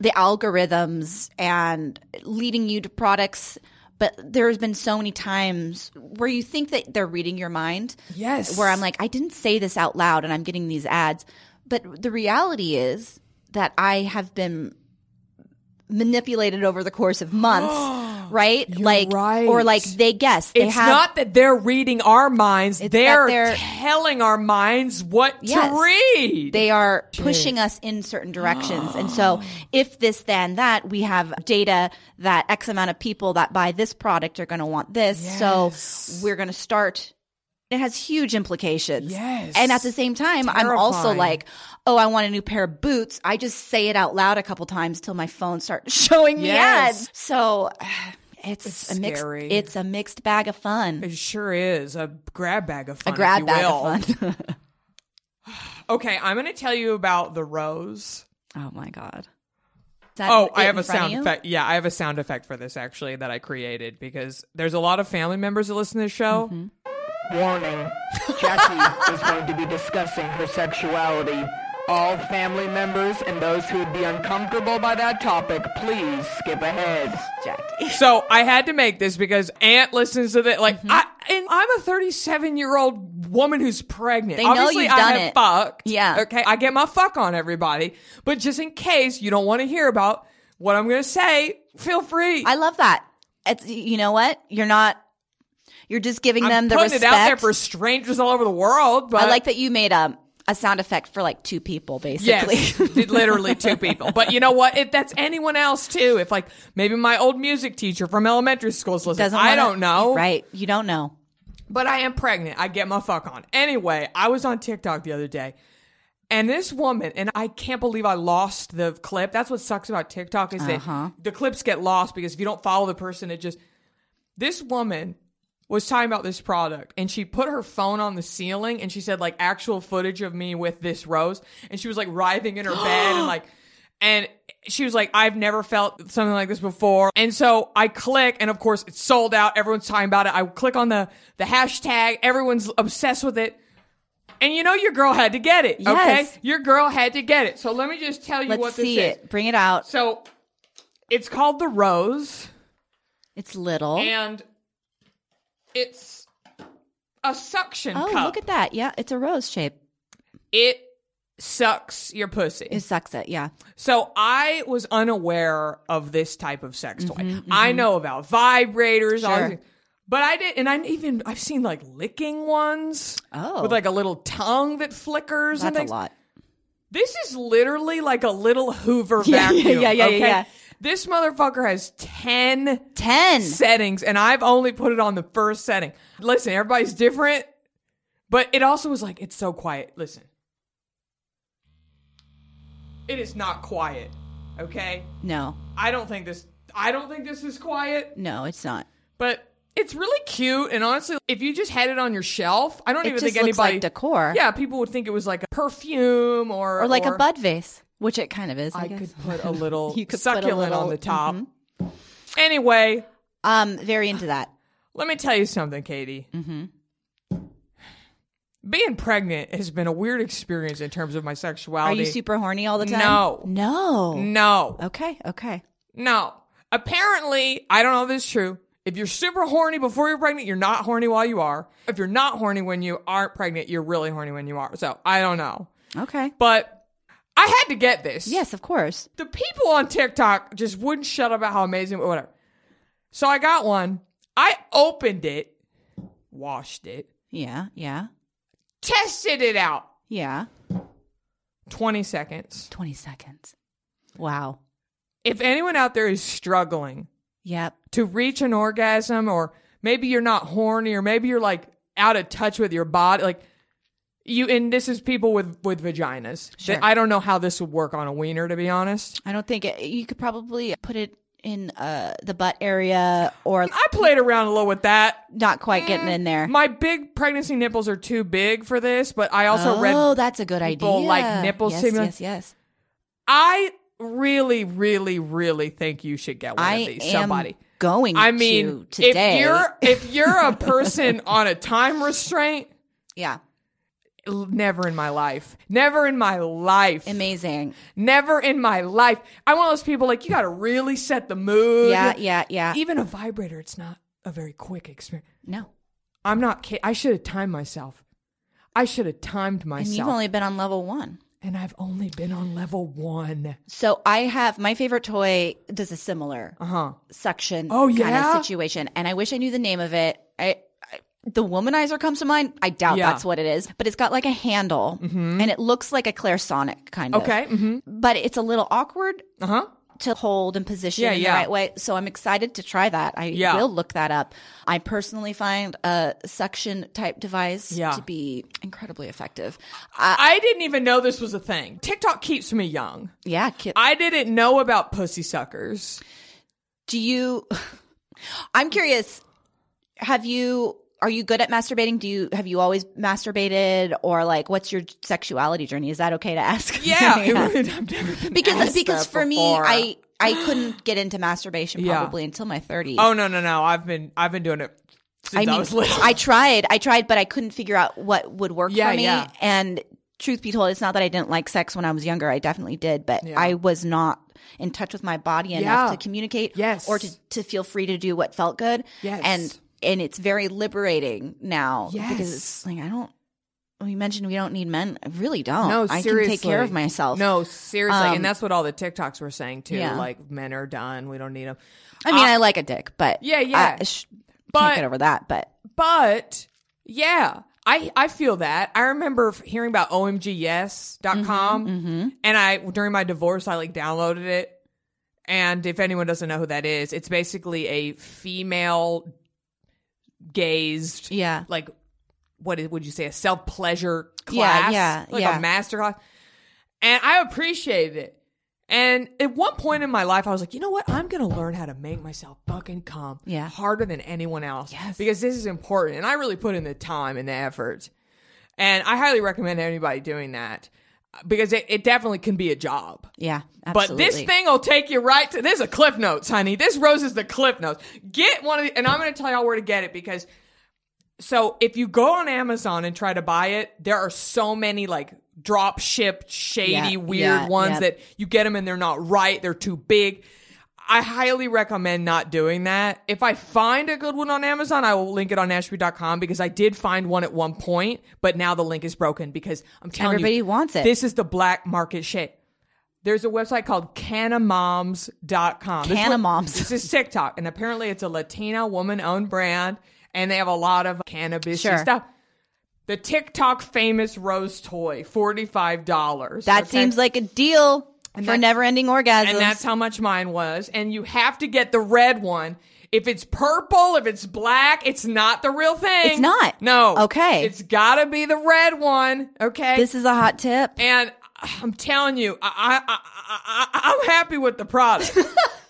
Speaker 2: the algorithms and leading you to products. But there's been so many times where you think that they're reading your mind.
Speaker 1: Yes.
Speaker 2: Where I'm like, I didn't say this out loud and I'm getting these ads. But the reality is that I have been manipulated over the course of months, right? like
Speaker 1: right.
Speaker 2: or like they guess they
Speaker 1: It's
Speaker 2: have
Speaker 1: not that they're reading our minds.
Speaker 2: It's that
Speaker 1: They're,
Speaker 2: they're-
Speaker 1: telling our minds what
Speaker 2: Yes.
Speaker 1: to read.
Speaker 2: they are pushing us in certain directions. And
Speaker 1: Ah.
Speaker 2: so if this, then that, we have data that X amount of people that buy this product are going to want this. So we're going to start. It has huge implications.
Speaker 1: Yes.
Speaker 2: And at the same time, I'm also
Speaker 1: Terrifying.
Speaker 2: like, oh, I want a new pair of boots. I just say it out loud a couple times till my phone starts showing
Speaker 1: Yes.
Speaker 2: me ads. So it's, a mixed,
Speaker 1: scary.
Speaker 2: it's a mixed bag of fun.
Speaker 1: it sure is a grab bag of fun.
Speaker 2: a grab
Speaker 1: if you
Speaker 2: bag
Speaker 1: will.
Speaker 2: of fun.
Speaker 1: Okay, I'm going to tell you about the rose.
Speaker 2: oh my God. Is that
Speaker 1: Oh,
Speaker 2: it
Speaker 1: I have
Speaker 2: in
Speaker 1: a
Speaker 2: front of
Speaker 1: sound
Speaker 2: you?
Speaker 1: effect. Yeah, I have a sound effect for this actually that I created because there's a lot of family members that listen to this show.
Speaker 2: Mm-hmm.
Speaker 6: Warning Jackie is going to be discussing her sexuality. All family members and those who would be uncomfortable by that topic, please skip ahead.
Speaker 1: So I had to make this because Aunt listens to that. Like,
Speaker 2: Mm-hmm.
Speaker 1: I and I'm a 37 year old woman who's pregnant.
Speaker 2: They know
Speaker 1: Obviously,
Speaker 2: you've
Speaker 1: I
Speaker 2: done
Speaker 1: have
Speaker 2: it.
Speaker 1: fucked.
Speaker 2: Yeah.
Speaker 1: Okay, I get my fuck on everybody. But just in case you don't want to hear about what I'm gonna say, feel free.
Speaker 2: I love that. It's you know what? You're not. You're just giving
Speaker 1: am
Speaker 2: them the
Speaker 1: putting
Speaker 2: respect.
Speaker 1: it out there for strangers all over the world. But
Speaker 2: I like that you made a a sound effect for like two people basically.
Speaker 1: Yes, did literally two people. But you know what? If that's anyone else too, if like maybe my old music teacher from elementary school is listening,
Speaker 2: Doesn't
Speaker 1: I
Speaker 2: wanna-
Speaker 1: don't know.
Speaker 2: Right? You don't know.
Speaker 1: But I am pregnant. I get my fuck on. Anyway, I was on TikTok the other day. And this woman, and I can't believe I lost the clip. That's what sucks about TikTok is that the clips get lost because if you don't follow the person, it just. This woman was talking about this product and she put her phone on the ceiling and she said, like, actual footage of me with this rose. And she was like writhing in her bed and like, and she was like, I've never felt something like this before. And so I click, and of course, it's sold out. Everyone's talking about it. I click on the, the hashtag, everyone's obsessed with it. And you know your girl had to get it,
Speaker 2: Yes.
Speaker 1: okay? Your girl had to get it. So let me just tell you what
Speaker 2: Let's
Speaker 1: this
Speaker 2: see
Speaker 1: is.
Speaker 2: it. Bring it out.
Speaker 1: So it's called the Rose,
Speaker 2: it's little.
Speaker 1: and it's a suction
Speaker 2: oh,
Speaker 1: cup.
Speaker 2: look at that. Yeah, it's a rose shape.
Speaker 1: it sucks your pussy.
Speaker 2: It sucks it. Yeah.
Speaker 1: So I was unaware of this type of sex toy. I know about vibrators, all
Speaker 2: Mm-hmm, Sure.
Speaker 1: these- but I did, and I even I've seen like licking ones
Speaker 2: Oh.
Speaker 1: with like a little tongue that flickers. and
Speaker 2: That's a
Speaker 1: things.
Speaker 2: lot.
Speaker 1: This is literally like a little Hoover
Speaker 2: Yeah, yeah,
Speaker 1: vacuum.
Speaker 2: yeah, yeah,
Speaker 1: okay?
Speaker 2: yeah.
Speaker 1: This motherfucker has ten
Speaker 2: Ten.
Speaker 1: settings, and I've only put it on the first setting. Listen, everybody's different, but it also was like it's so quiet. Listen, it is not quiet. Okay,
Speaker 2: No,
Speaker 1: I don't think this. I don't think this is quiet,
Speaker 2: no, it's not.
Speaker 1: but it's really cute. And honestly, if you just had it on your shelf, I don't
Speaker 2: It
Speaker 1: even
Speaker 2: just
Speaker 1: think
Speaker 2: looks
Speaker 1: anybody
Speaker 2: like decor.
Speaker 1: Yeah, people would think it was like a perfume or
Speaker 2: Or like a bud vase, which it kind of is. I,
Speaker 1: I
Speaker 2: guess.
Speaker 1: could put a little
Speaker 2: You could put a
Speaker 1: succulent on
Speaker 2: little- Mm-hmm.
Speaker 1: the top. Anyway,
Speaker 2: Um, very into that.
Speaker 1: Let me tell you something, Katie. Mm-hmm. Being pregnant has been a weird experience in terms of my
Speaker 2: Are
Speaker 1: sexuality.
Speaker 2: you super horny all the time?
Speaker 1: No.
Speaker 2: No.
Speaker 1: No,
Speaker 2: Okay. Okay.
Speaker 1: no. Apparently, I don't know if this is true. If you're super horny before you're pregnant, you're not horny while you are. If you're not horny when you aren't pregnant, you're really horny when you are. So I don't know.
Speaker 2: Okay.
Speaker 1: But I had to get this.
Speaker 2: Yes, of course.
Speaker 1: the people on TikTok just wouldn't shut up about how amazing whatever. So I got one. I opened it, washed it,
Speaker 2: Yeah, yeah,
Speaker 1: tested it out.
Speaker 2: yeah.
Speaker 1: 20 seconds.
Speaker 2: 20 seconds. Wow.
Speaker 1: If anyone out there is struggling
Speaker 2: Yep.
Speaker 1: to reach an orgasm, or maybe you're not horny, or maybe you're like out of touch with your body, like you, and this is people with, with vaginas.
Speaker 2: Sure.
Speaker 1: I don't know how this would work on a wiener, to be honest.
Speaker 2: I don't think it, you could probably put it in uh, the butt area or Mm.
Speaker 1: I played around a little with that.
Speaker 2: not quite getting in there.
Speaker 1: My big pregnancy nipples are too big for this, but I also read
Speaker 2: oh, that's a good idea.
Speaker 1: people like nipple
Speaker 2: yes,
Speaker 1: stimulus.
Speaker 2: Yes, yes.
Speaker 1: I really, really, really think you should get one
Speaker 2: I
Speaker 1: of these.
Speaker 2: am
Speaker 1: Somebody.
Speaker 2: going
Speaker 1: I mean,
Speaker 2: to today.
Speaker 1: if you're if you're a person on a time restraint,
Speaker 2: yeah,
Speaker 1: l- never in my life, never in my life,
Speaker 2: amazing.
Speaker 1: never in my life. I'm one of those people like you got to really set the mood.
Speaker 2: Yeah, yeah, yeah.
Speaker 1: Even a vibrator, it's not a very quick experience.
Speaker 2: No.
Speaker 1: I'm not. Ki- I should have timed myself. I should have timed myself.
Speaker 2: And you've only been on level one.
Speaker 1: And I've only been on level one.
Speaker 2: So I have my favorite toy does a similar
Speaker 1: Uh huh.
Speaker 2: suction
Speaker 1: Oh,
Speaker 2: kind
Speaker 1: yeah?
Speaker 2: of situation. And I wish I knew the name of it. I, I the womanizer comes to mind. I doubt
Speaker 1: Yeah. Mm-hmm.
Speaker 2: that's what it is, but it's got like a handle and it looks like a clairsonic kind of.
Speaker 1: Okay. Mm-hmm.
Speaker 2: But it's a little awkward
Speaker 1: Uh huh.
Speaker 2: to hold and position
Speaker 1: Yeah,
Speaker 2: in the
Speaker 1: yeah.
Speaker 2: right way. So I'm excited to try that. I
Speaker 1: Yeah.
Speaker 2: will look that up. I personally find a suction type device
Speaker 1: Yeah.
Speaker 2: to be incredibly effective. Uh,
Speaker 1: I didn't even know this was a thing. TikTok keeps me young.
Speaker 2: yeah. ki-
Speaker 1: I didn't know about pussy suckers.
Speaker 2: Do you? I'm curious. Have you? Are you good at masturbating? Do you have you always masturbated, or like what's your sexuality journey? Is that okay to ask?
Speaker 1: Yeah, it would- I've never been
Speaker 2: because
Speaker 1: asked
Speaker 2: because
Speaker 1: that
Speaker 2: for me,
Speaker 1: before.
Speaker 2: I I couldn't get into masturbation
Speaker 1: Yeah.
Speaker 2: probably until my 30s.
Speaker 1: oh no no no I've been I've been doing it since I,
Speaker 2: I mean,
Speaker 1: was little.
Speaker 2: I tried, I tried, but I couldn't figure out what would work
Speaker 1: Yeah,
Speaker 2: for me.
Speaker 1: yeah.
Speaker 2: And truth be told, it's not that I didn't like sex when I was younger. I definitely did, but I was not in touch with my body enough
Speaker 1: Yeah.
Speaker 2: to communicate
Speaker 1: Yes.
Speaker 2: or to, to feel free to do what felt good.
Speaker 1: Yes.
Speaker 2: And, and it's very liberating now because
Speaker 1: Yes.
Speaker 2: it's like, I don't, we mentioned we don't need men. I really don't.
Speaker 1: no,
Speaker 2: I
Speaker 1: seriously.
Speaker 2: can take care of myself.
Speaker 1: No, seriously,
Speaker 2: Um,
Speaker 1: and that's what all the TikToks were saying too.
Speaker 2: Yeah.
Speaker 1: Like men are done, we don't need them.
Speaker 2: I mean, I like a dick, but
Speaker 1: Yeah, yeah.
Speaker 2: I sh-
Speaker 1: But-
Speaker 2: can't get over that. But
Speaker 1: But yeah, I I feel that. I remember f- hearing about omgyes.com
Speaker 2: Mm-hmm,
Speaker 1: and I during my divorce I like downloaded it. And if anyone doesn't know who that is, it's basically a female gazed
Speaker 2: yeah,
Speaker 1: like what is- would you say a self pleasure
Speaker 2: Yeah,
Speaker 1: class,
Speaker 2: yeah,
Speaker 1: like
Speaker 2: yeah.
Speaker 1: a master class, and I appreciated it. And at one point in my life, I was like, you know what? I'm gonna learn how to make myself fucking cum
Speaker 2: Yeah.
Speaker 1: harder than anyone else because this is important, and I really put in the time and the effort. And I highly recommend anybody doing that because it, it definitely can be a job.
Speaker 2: yeah,
Speaker 1: But
Speaker 2: absolutely.
Speaker 1: this thing will take you right to. This is a Cliff Notes, honey. This rose is the Cliff Notes. Get one of the, and I'm going to tell y'all where to get it because. So if you go on Amazon and try to buy it, there are so many like drop ship shady
Speaker 2: Yeah,
Speaker 1: weird
Speaker 2: yeah,
Speaker 1: ones
Speaker 2: yeah.
Speaker 1: that you get them and they're not right. They're too big. I highly recommend not doing that. If I find a good one on Amazon, I will link it on Nashville.com because I did find one at one point, but now the link is broken because I'm telling you,
Speaker 2: Everybody wants it.
Speaker 1: This is the black market shit. There's a website called canamoms.com. This is what-
Speaker 2: Canamoms.
Speaker 1: This is TikTok. And apparently it's a Latina woman owned brand and they have a lot of cannabis
Speaker 2: Sure.
Speaker 1: and stuff. The TikTok famous rose toy, $45.
Speaker 2: That
Speaker 1: okay?
Speaker 2: seems like a deal for
Speaker 1: that's-
Speaker 2: never ending orgasms.
Speaker 1: And that's how much mine was. And you have to get the red one. If it's purple, if it's black, it's not the real thing.
Speaker 2: It's not.
Speaker 1: No.
Speaker 2: Okay.
Speaker 1: It's gotta be the red one. Okay.
Speaker 2: this is a hot tip.
Speaker 1: And I'm telling you, I, I, I, I, I'm happy with the product.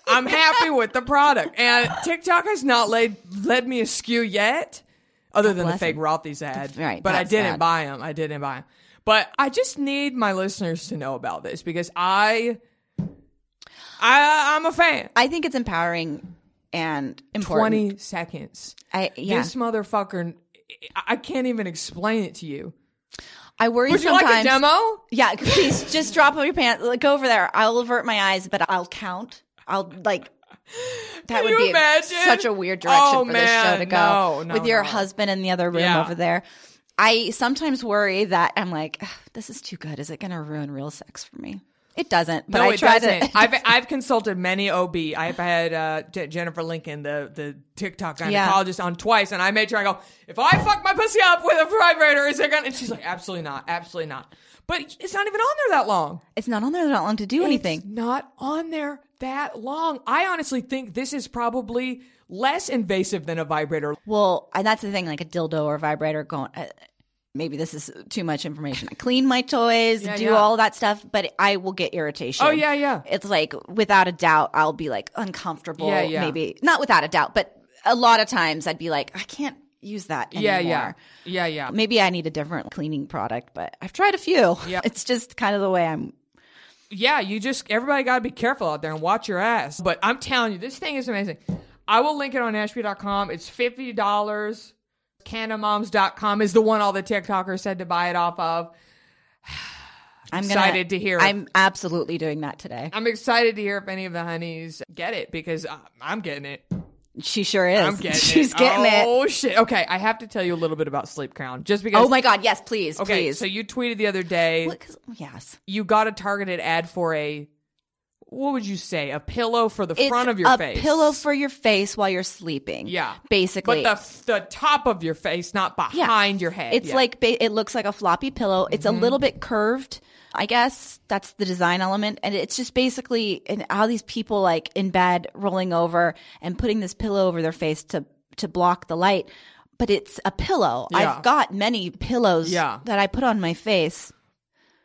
Speaker 1: I'm happy with the product. And TikTok has not laid, led me askew yet, other than the
Speaker 2: bless
Speaker 1: fake
Speaker 2: him.
Speaker 1: Rothy's ad.
Speaker 2: Right,
Speaker 1: But I
Speaker 2: that's
Speaker 1: didn't
Speaker 2: bad.
Speaker 1: buy them. I didn't buy them. But I just need my listeners to know about this because I, I I'm a fan.
Speaker 2: I think it's empowering and important.
Speaker 1: 20 seconds.
Speaker 2: I yeah.
Speaker 1: This motherfucker, I- I can't even explain it to you.
Speaker 2: I worry
Speaker 1: Would you
Speaker 2: sometimes.
Speaker 1: like a demo?
Speaker 2: Yeah, please just drop on your pants. Like go over there. I'll avert my eyes, but I'll count. I'll like. That
Speaker 1: Can
Speaker 2: would
Speaker 1: you
Speaker 2: be
Speaker 1: imagine?
Speaker 2: such a weird direction
Speaker 1: Oh,
Speaker 2: for this
Speaker 1: man,
Speaker 2: show to go
Speaker 1: no, no,
Speaker 2: with your
Speaker 1: no.
Speaker 2: husband in the other room
Speaker 1: Yeah.
Speaker 2: over there. I sometimes worry that I'm like, "Ugh, this is too good. Is it going to ruin real sex for me? It doesn't. But
Speaker 1: no,
Speaker 2: I
Speaker 1: it
Speaker 2: try
Speaker 1: doesn't.
Speaker 2: to.
Speaker 1: I've I've consulted many OB. I've had uh, J- Jennifer Lincoln, the the TikTok
Speaker 2: Yeah.
Speaker 1: gynecologist, on twice, and I made sure I go, if I fuck my pussy up with a vibrator, is it gonna? And she's like, absolutely not, absolutely not. But it's not even on there that long.
Speaker 2: it's not on there that long to do anything.
Speaker 1: It's not on there that long. I honestly think this is probably less invasive than a vibrator.
Speaker 2: Well, and that's the thing, like a dildo or a vibrator going. Uh, maybe this is too much information. I clean my toys, do
Speaker 1: yeah.
Speaker 2: all that stuff, but I will get irritation.
Speaker 1: Oh, yeah, yeah.
Speaker 2: It's like without a doubt, I'll be like uncomfortable.
Speaker 1: Yeah, yeah.
Speaker 2: Maybe not without a doubt, but a lot of times I'd be like, I can't use that anymore.
Speaker 1: Yeah, yeah, yeah, yeah.
Speaker 2: Maybe I need a different cleaning product, but I've tried a few.
Speaker 1: Yeah.
Speaker 2: It's just kind of the way I'm.
Speaker 1: yeah, you just everybody got to be careful out there and watch your ass. But I'm telling you, this thing is amazing. I will link it on Ashby.com. It's fifty dollars. Canamoms.com is the one all the TikTokers said to buy it off of.
Speaker 2: I'm gonna-
Speaker 1: Excited to hear it.
Speaker 2: I'm absolutely doing that today.
Speaker 1: uh, I'm excited to hear if any of the honeys get it because I, I'm getting it.
Speaker 2: She sure is.
Speaker 1: I'm getting
Speaker 2: She's
Speaker 1: it.
Speaker 2: getting it.
Speaker 1: Oh shit. Okay, I have to tell you a little bit about Sleep Crown just because.
Speaker 2: Oh my god, yes, please,
Speaker 1: Okay,
Speaker 2: please.
Speaker 1: so you tweeted the other day
Speaker 2: What- 'cause- oh, yes.
Speaker 1: you got a targeted ad for a what would you say a pillow for the front
Speaker 2: It's
Speaker 1: of your
Speaker 2: a
Speaker 1: face
Speaker 2: pillow for your face while you're sleeping.
Speaker 1: yeah
Speaker 2: Basically.
Speaker 1: but the the top of your face not behind your head
Speaker 2: It's
Speaker 1: Yeah. Mm-hmm.
Speaker 2: like ba- it looks like a floppy pillow. It's a little bit curved. I guess that's the design element and it's just basically and how these people like in bed rolling over and putting this pillow over their face to to block the light. But it's a pillow.
Speaker 1: Yeah.
Speaker 2: I've got many pillows
Speaker 1: Yeah.
Speaker 2: that I put on my face.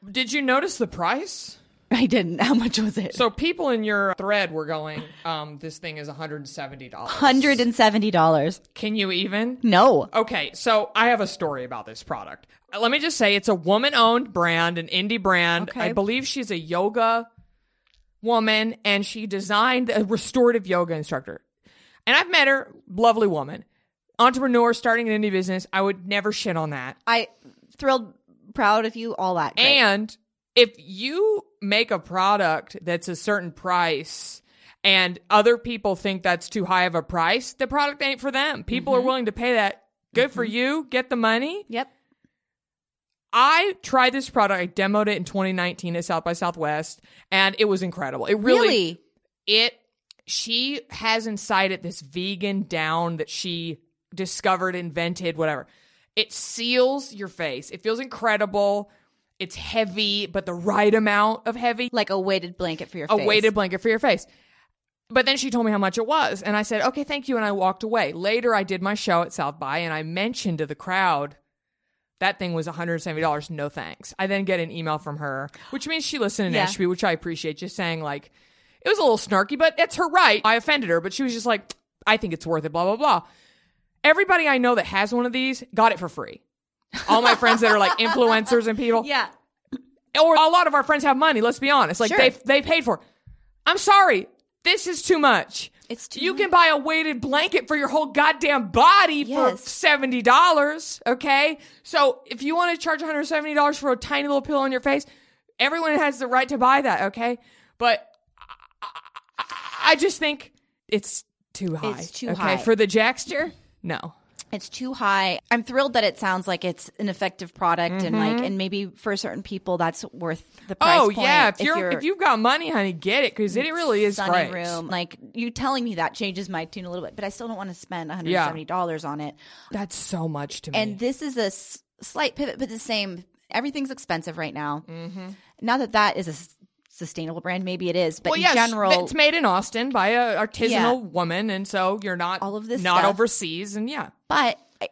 Speaker 1: did you notice the price
Speaker 2: I didn't. How much was it?
Speaker 1: so people in your thread were going um this thing is 170 dollars
Speaker 2: Hundred and seventy dollars.
Speaker 1: can you even
Speaker 2: No.
Speaker 1: Okay, so I have a story about this product. Uh, Let me just say it's a woman owned brand, an indie brand.
Speaker 2: Okay.
Speaker 1: I believe she's a yoga woman and she designed a restorative yoga instructor. And I've met her, lovely woman. Entrepreneur starting an indie business. I would never shit on that.
Speaker 2: I thrilled, proud of you, all that. Great.
Speaker 1: And if you make a product that's a certain price and other people think that's too high of a price, the product ain't for them. People are willing to pay that. Good for you. Get the money.
Speaker 2: yep.
Speaker 1: I tried this product. I demoed it in 2019 at South by Southwest, and it was incredible. It really,
Speaker 2: Really?
Speaker 1: it. She has inside it this vegan down that she discovered, invented, whatever. It seals your face. It feels incredible. It's heavy, but the right amount of heavy
Speaker 2: Like a weighted blanket for your
Speaker 1: a
Speaker 2: face.
Speaker 1: weighted blanket for your face. But then she told me how much it was, and I said, "Okay, thank you," and I walked away. Later, I did my show at South by, and I mentioned to the crowd that thing was one hundred seventy dollars. No thanks. I then get an email from her, which means she listened to
Speaker 2: Yeah.
Speaker 1: Nashby, which I appreciate. Just saying, like, it was a little snarky, but that's her right. I offended her, but she was just like, "I think it's worth it." Blah blah blah. Everybody I know that has one of these got it for free. All my friends that are like influencers and people,
Speaker 2: Yeah.
Speaker 1: or a lot of our friends have money. Let's be honest. Like
Speaker 2: Sure.
Speaker 1: they they paid for. It. I'm sorry. This is too much.
Speaker 2: It's too
Speaker 1: You can buy a weighted blanket for your whole goddamn body
Speaker 2: Yes.
Speaker 1: for seventy dollars. Okay, so if you want to charge one hundred seventy dollars for a tiny little pillow on your face, everyone has the right to buy that. Okay, but I- I, I just think it's too high.
Speaker 2: It's too
Speaker 1: okay?
Speaker 2: high.
Speaker 1: for the Jackster. No,
Speaker 2: It's too high. I'm thrilled that it sounds like it's an effective product and like and maybe for certain people that's worth the price.
Speaker 1: Mm-hmm. oh
Speaker 2: point
Speaker 1: yeah, if, you're, if you've got money, honey, get it because it really is
Speaker 2: sunny
Speaker 1: great.
Speaker 2: room, like you telling me that changes my tune a little bit, but I still don't want to spend 170 dollars on it.
Speaker 1: That's so much to me.
Speaker 2: And this is a s- slight pivot, but the same. Everything's expensive right now.
Speaker 1: Mm-hmm.
Speaker 2: Not that that is a s- sustainable brand, maybe it is, but in
Speaker 1: yes,
Speaker 2: general,
Speaker 1: it's made in Austin by a artisanal
Speaker 2: Yeah.
Speaker 1: woman, and so you're not
Speaker 2: All of this
Speaker 1: not
Speaker 2: stuff.
Speaker 1: overseas, and yeah,
Speaker 2: but I,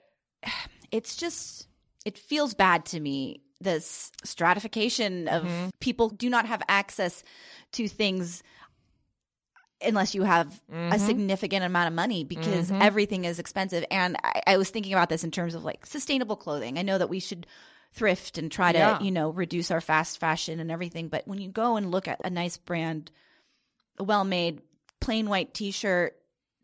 Speaker 2: it's just it feels bad to me this stratification of people do not have access to things unless you have a significant amount of money because everything is expensive and I, I was thinking about this in terms of like sustainable clothing i know that we should thrift and try to
Speaker 1: Yeah.
Speaker 2: you know reduce our fast fashion and everything but when you go and look at a nice brand a well-made plain white t-shirt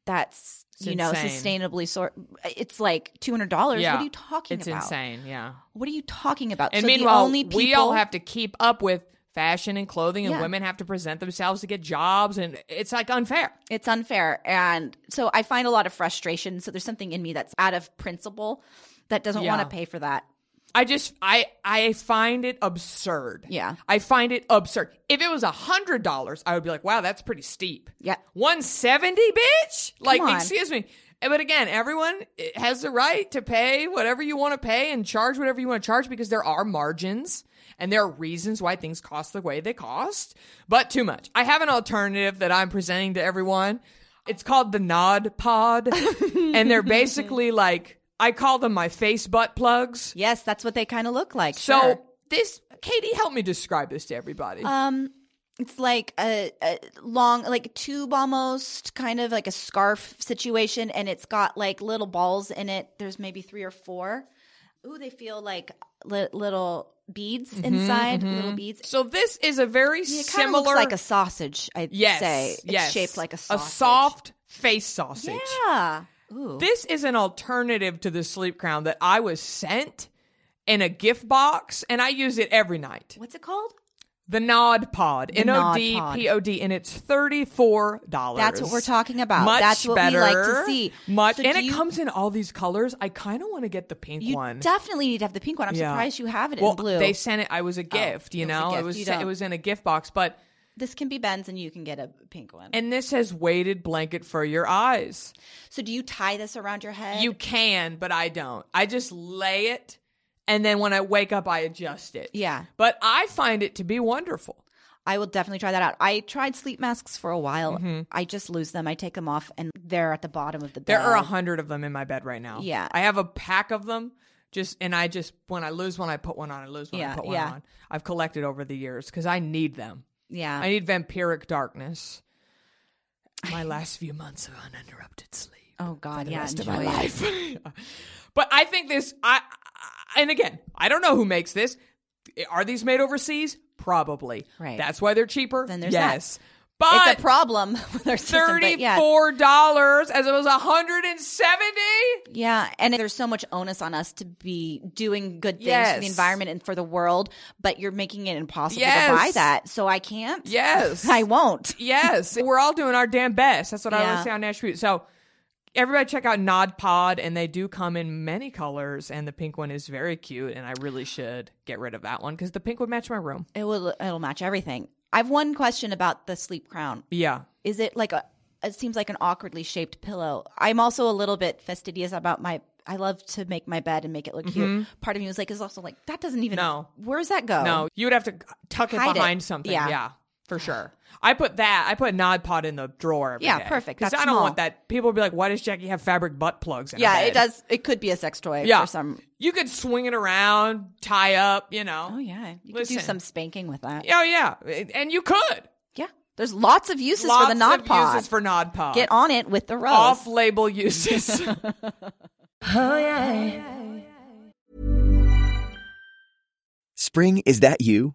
Speaker 2: that's
Speaker 1: It's
Speaker 2: you know
Speaker 1: insane.
Speaker 2: sustainably sort it's like $200
Speaker 1: yeah.
Speaker 2: what are you talking
Speaker 1: it's
Speaker 2: about
Speaker 1: insane, yeah.
Speaker 2: what are you talking about
Speaker 1: And
Speaker 2: so
Speaker 1: meanwhile,
Speaker 2: the only people
Speaker 1: we all have to keep up with fashion and clothing, and
Speaker 2: Yeah.
Speaker 1: women have to present themselves to get jobs, and it's like unfair.
Speaker 2: it's unfair and so i find a lot of frustration so there's something in me that's out of principle that doesn't
Speaker 1: Yeah.
Speaker 2: want to pay for that
Speaker 1: I just I I find it absurd.
Speaker 2: Yeah.
Speaker 1: I find it absurd. If it was a hundred dollars, I would be like, wow, that's pretty steep.
Speaker 2: Yeah.
Speaker 1: One seventy, bitch? Like,
Speaker 2: on.
Speaker 1: excuse me. Eh, But again, everyone eh, has the right to pay whatever you want to pay and charge whatever you want to charge because there are margins and there are reasons why things cost the way they cost, but too much. I have an alternative that I'm presenting to everyone. It's called the Nod Pod, and they're basically like I call them my face butt plugs.
Speaker 2: yes that's what they kind of look like
Speaker 1: So
Speaker 2: sure.
Speaker 1: this, Katie, help me describe this to everybody.
Speaker 2: um it's like a, a long like tube almost kind of like a scarf situation and it's got like little balls in it there's maybe three or four ooh they feel like li- little beads
Speaker 1: Mm-hmm,
Speaker 2: inside little beads
Speaker 1: so this is a very
Speaker 2: It kind of
Speaker 1: similar,
Speaker 2: looks like a sausage, I'd
Speaker 1: yes,
Speaker 2: say. It's
Speaker 1: yes,
Speaker 2: shaped like a sausage.
Speaker 1: a soft face sausage.
Speaker 2: Yeah. Ooh.
Speaker 1: This is an alternative to the sleep crown that I was sent in a gift box, and I use it every night.
Speaker 2: What's it called?
Speaker 1: The Nod Pod. N O D P O D. And it's $34.
Speaker 2: That's what we're talking about.
Speaker 1: Much
Speaker 2: That's what we
Speaker 1: better.
Speaker 2: like to see.
Speaker 1: Much.
Speaker 2: So
Speaker 1: and
Speaker 2: do
Speaker 1: it
Speaker 2: you-
Speaker 1: comes in all these colors. I kind of want to get the pink
Speaker 2: You
Speaker 1: one.
Speaker 2: definitely need to have the pink one. I'm
Speaker 1: Yeah.
Speaker 2: surprised you have it
Speaker 1: well,
Speaker 2: in blue. Oh,
Speaker 1: They sent it. I was a gift, you
Speaker 2: it was a
Speaker 1: know.
Speaker 2: gift.
Speaker 1: It was
Speaker 2: You
Speaker 1: sent- it
Speaker 2: don't-
Speaker 1: was in a gift box, but
Speaker 2: this can be Ben's, and you can get a pink one.
Speaker 1: and this has weighted blanket for your eyes.
Speaker 2: so, do you tie this around your head?
Speaker 1: You can, but I don't. I just lay it, and then when I wake up, I adjust it.
Speaker 2: Yeah.
Speaker 1: But I find it to be wonderful.
Speaker 2: I will definitely try that out. I tried sleep masks for a while. I just lose them. I take them off, and they're at the bottom of the bed.
Speaker 1: Mm-hmm. There are a hundred of them in my bed right now.
Speaker 2: Yeah.
Speaker 1: I have a pack of them. Just and I just when I lose one, I put one on. I lose one, I
Speaker 2: Yeah,
Speaker 1: put one
Speaker 2: yeah.
Speaker 1: on. I've collected over the years because I need them.
Speaker 2: Yeah,
Speaker 1: I need vampiric darkness. My last few months of uninterrupted sleep.
Speaker 2: Oh God, yeah,
Speaker 1: rest of
Speaker 2: enjoy
Speaker 1: my
Speaker 2: it.
Speaker 1: life. but I think this. I I- and again, I don't know who makes this. Are these made overseas? Probably.
Speaker 2: Right.
Speaker 1: That's why they're cheaper.
Speaker 2: Then there's that.
Speaker 1: yes.
Speaker 2: It's
Speaker 1: But
Speaker 2: a problem with our system. but yeah.
Speaker 1: thirty-four dollars as it was hundred and seventy.
Speaker 2: Yeah, and there's so much onus on us to be doing good things for
Speaker 1: Yes.
Speaker 2: the environment and for the world, but you're making it impossible to
Speaker 1: Yes.
Speaker 2: buy that. So I can't.
Speaker 1: Yes.
Speaker 2: I won't.
Speaker 1: yes. We're all doing our damn best. That's what I
Speaker 2: Yeah.
Speaker 1: always say on Nash Butte. So everybody check out Nod Pod, and they do come in many colors, and the pink one is very cute, and I really should get rid of that one because the pink would match my room.
Speaker 2: It will. It'll match everything. I have one question about the sleep crown.
Speaker 1: Yeah.
Speaker 2: Is it like a? It seems like an awkwardly shaped pillow. I'm also a little bit fastidious about my. I love to make my bed and make it look cute. Part of me was like, is also like that doesn't even.
Speaker 1: Mm-hmm. No.
Speaker 2: Where's that go?
Speaker 1: No, you would have to tuck it
Speaker 2: Oh. Hide it.
Speaker 1: behind something.
Speaker 2: Yeah.
Speaker 1: Yeah. for sure. I put that. I put Nod Pod in the drawer. every
Speaker 2: Yeah,
Speaker 1: day.
Speaker 2: perfect.
Speaker 1: 'Cause
Speaker 2: That's
Speaker 1: I don't
Speaker 2: small.
Speaker 1: want that. People would be like, "Why does Jackie have fabric butt plugs?" In her
Speaker 2: Yeah, it
Speaker 1: bed?"
Speaker 2: does. It could be a sex toy
Speaker 1: Yeah,
Speaker 2: for some.
Speaker 1: you could swing it around, tie up. You know.
Speaker 2: Oh yeah, you could do
Speaker 1: Listen.
Speaker 2: some spanking with that.
Speaker 1: Oh yeah, and you could.
Speaker 2: Yeah. There's lots of uses
Speaker 1: Lots
Speaker 2: for the Nod
Speaker 1: of
Speaker 2: Pod.
Speaker 1: uses for Nod Pod.
Speaker 2: Get on it with the rose.
Speaker 1: Off-label uses.
Speaker 7: Spring, is that you?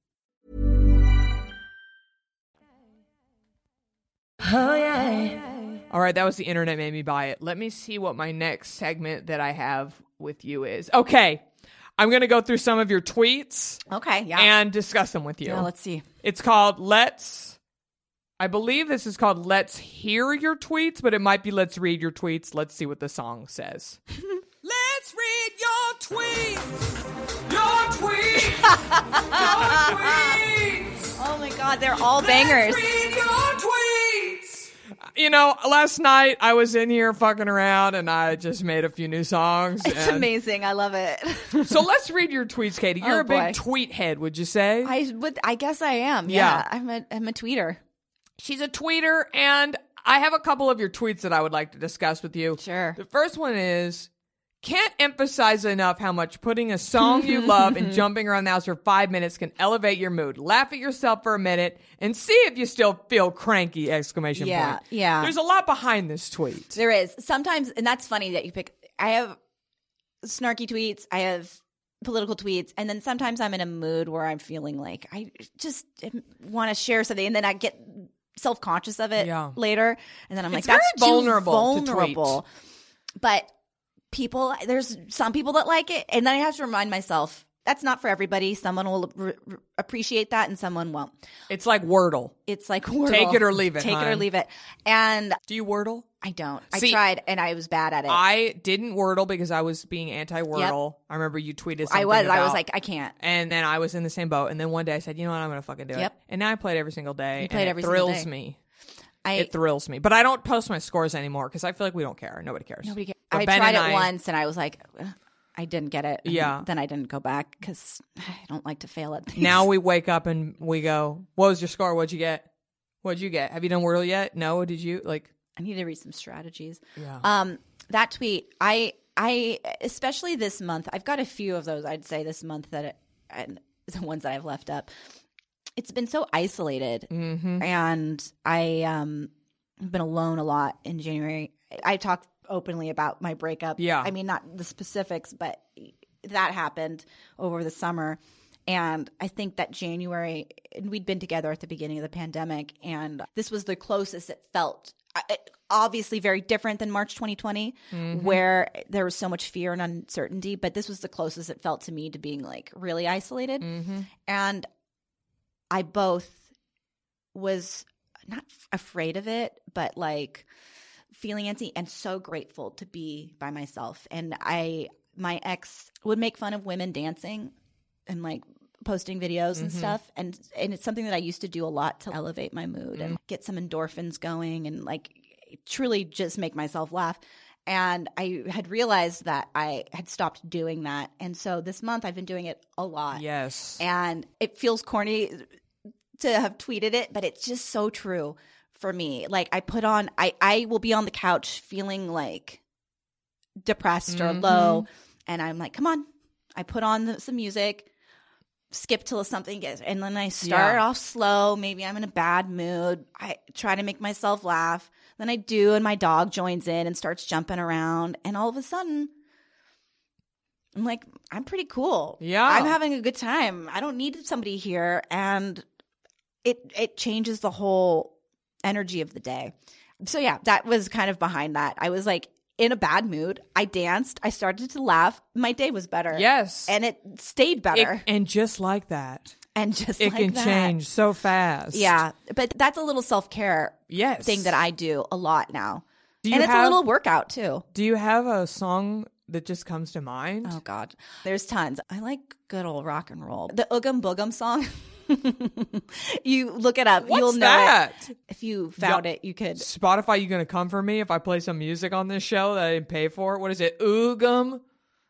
Speaker 1: All right, that was the internet made me buy it. Let me see what my next segment that I have with you is. Okay, I'm going to go through some of your tweets
Speaker 2: Okay. Yeah.
Speaker 1: and discuss them with you.
Speaker 2: yeah. Let's see.
Speaker 1: it's called Let's. I believe this is called Let's Hear Your Tweets, but it might be Let's Read Your Tweets. Let's see what the song says. Let's read your tweets. Your tweets. Your tweets.
Speaker 2: Oh my God, they're all bangers.
Speaker 1: You know, last night I was in here fucking around and I just made a few new songs.
Speaker 2: It's
Speaker 1: and-
Speaker 2: amazing. I love it.
Speaker 1: So let's read your tweets, Katie. You're
Speaker 2: Oh,
Speaker 1: a big
Speaker 2: boy.
Speaker 1: tweet head, would you say?
Speaker 2: I would. I guess I am. Yeah.
Speaker 1: Yeah.
Speaker 2: I'm a. I'm a tweeter.
Speaker 1: She's a tweeter, and I have a couple of your tweets that I would like to discuss with you.
Speaker 2: Sure.
Speaker 1: The first one is can't emphasize enough how much putting a song you love and jumping around the house for five minutes can elevate your mood. Laugh at yourself for a minute and see if you still feel cranky! Exclamation
Speaker 2: Yeah,
Speaker 1: point.
Speaker 2: yeah.
Speaker 1: There's a lot behind this tweet.
Speaker 2: There is sometimes, and that's funny that you pick. I have snarky tweets. I have political tweets, and then sometimes I'm in a mood where I'm feeling like I just want to share something, and then I get self conscious of it
Speaker 1: Yeah.
Speaker 2: later, and then I'm like,
Speaker 1: It's very
Speaker 2: that's too
Speaker 1: vulnerable to tweet.
Speaker 2: vulnerable. But people, there's some people that like it, and then I have to remind myself. That's not for everybody. Someone will re- re- appreciate that, and someone won't.
Speaker 1: It's like Wordle.
Speaker 2: It's like Wordle.
Speaker 1: Take it or leave it,
Speaker 2: Take it or
Speaker 1: hon.
Speaker 2: leave it. And
Speaker 1: Do you Wordle?
Speaker 2: I don't. I
Speaker 1: See,
Speaker 2: tried, and I was bad at it.
Speaker 1: I didn't Wordle because I was being anti Wordle. I remember you tweeted something.
Speaker 2: I was. I was
Speaker 1: about-
Speaker 2: like, I can't.
Speaker 1: and then I was in the same boat. And then one day I said, you know what, I'm gonna fucking do
Speaker 2: Yep.
Speaker 1: it. And now I play it every single day.
Speaker 2: You play
Speaker 1: and
Speaker 2: it every
Speaker 1: it
Speaker 2: single
Speaker 1: thrills
Speaker 2: day.
Speaker 1: me.
Speaker 2: I
Speaker 1: it thrills me. But I don't post my scores anymore because I feel like we don't care. Nobody cares.
Speaker 2: nobody cares.
Speaker 1: But
Speaker 2: I
Speaker 1: Ben
Speaker 2: tried it
Speaker 1: and I-
Speaker 2: once, and I was like, "Ugh, I didn't get it. And
Speaker 1: Yeah.
Speaker 2: Then I didn't go back because I don't like to fail at things.
Speaker 1: Now we wake up and we go, what was your score? What'd you get? What'd you get? Have you done Wordle yet? No. Did you like?
Speaker 2: I need to read some strategies.
Speaker 1: Yeah.
Speaker 2: Um, that tweet, I, I, especially this month, I've got a few of those. I'd say this month that, it, and the ones that I've left up. it's been so isolated
Speaker 1: Mm-hmm.
Speaker 2: and I um have been alone a lot in January. I I talked openly about my breakup.
Speaker 1: Yeah.
Speaker 2: I mean not the specifics, but that happened over the summer. And I think that January and we'd been together at the beginning of the pandemic and this was the closest it felt I- I- obviously very different than March 2020
Speaker 1: Mm-hmm.
Speaker 2: where there was so much fear and uncertainty but this was the closest it felt to me to being like really isolated
Speaker 1: Mm-hmm.
Speaker 2: and I both was not f- afraid of it, but like feeling antsy and so grateful to be by myself. And I, my ex would make fun of women dancing and like posting videos and stuff. And, and it's something that I used to do a lot to elevate my mood and get some endorphins going and like truly just make myself laugh. And I had realized that I had stopped doing that. And so this month I've been doing it a lot.
Speaker 1: Yes.
Speaker 2: And it feels corny to have tweeted it, but it's just so true for me. Like I put on I I will be on the couch feeling like depressed or
Speaker 1: Mm-hmm.
Speaker 2: low and I'm like, "Come on." I put on the, some music, skip till something gets and then I start
Speaker 1: Yeah.
Speaker 2: off slow, maybe I'm in a bad mood. I try to make myself laugh. Then I do and my dog joins in and starts jumping around and all of a sudden I'm like, I'm pretty cool.
Speaker 1: Yeah.
Speaker 2: I'm having a good time. I don't need somebody here. And it it changes the whole energy of the day. So yeah, that was kind of behind that. I was like in a bad mood. I danced. I started to laugh. My day was better.
Speaker 1: Yes.
Speaker 2: And it stayed better.
Speaker 1: It- and just like that,
Speaker 2: and just
Speaker 1: it
Speaker 2: like
Speaker 1: can
Speaker 2: that.
Speaker 1: change so fast.
Speaker 2: Yeah. But that's a little self care
Speaker 1: Yes.
Speaker 2: thing that I do a lot now.
Speaker 1: Do you
Speaker 2: And it's
Speaker 1: have-
Speaker 2: a little workout too.
Speaker 1: Do you have a song that just comes to mind?
Speaker 2: Oh God, there's tons. I like good old rock and roll. The Oogum Boogum song. you look it up.
Speaker 1: What's
Speaker 2: You'll know
Speaker 1: that?
Speaker 2: it. If you found
Speaker 1: Yup.
Speaker 2: it, you could.
Speaker 1: Spotify, you gonna come for me if I play some music on this show that I didn't pay for? What is it? Oogum?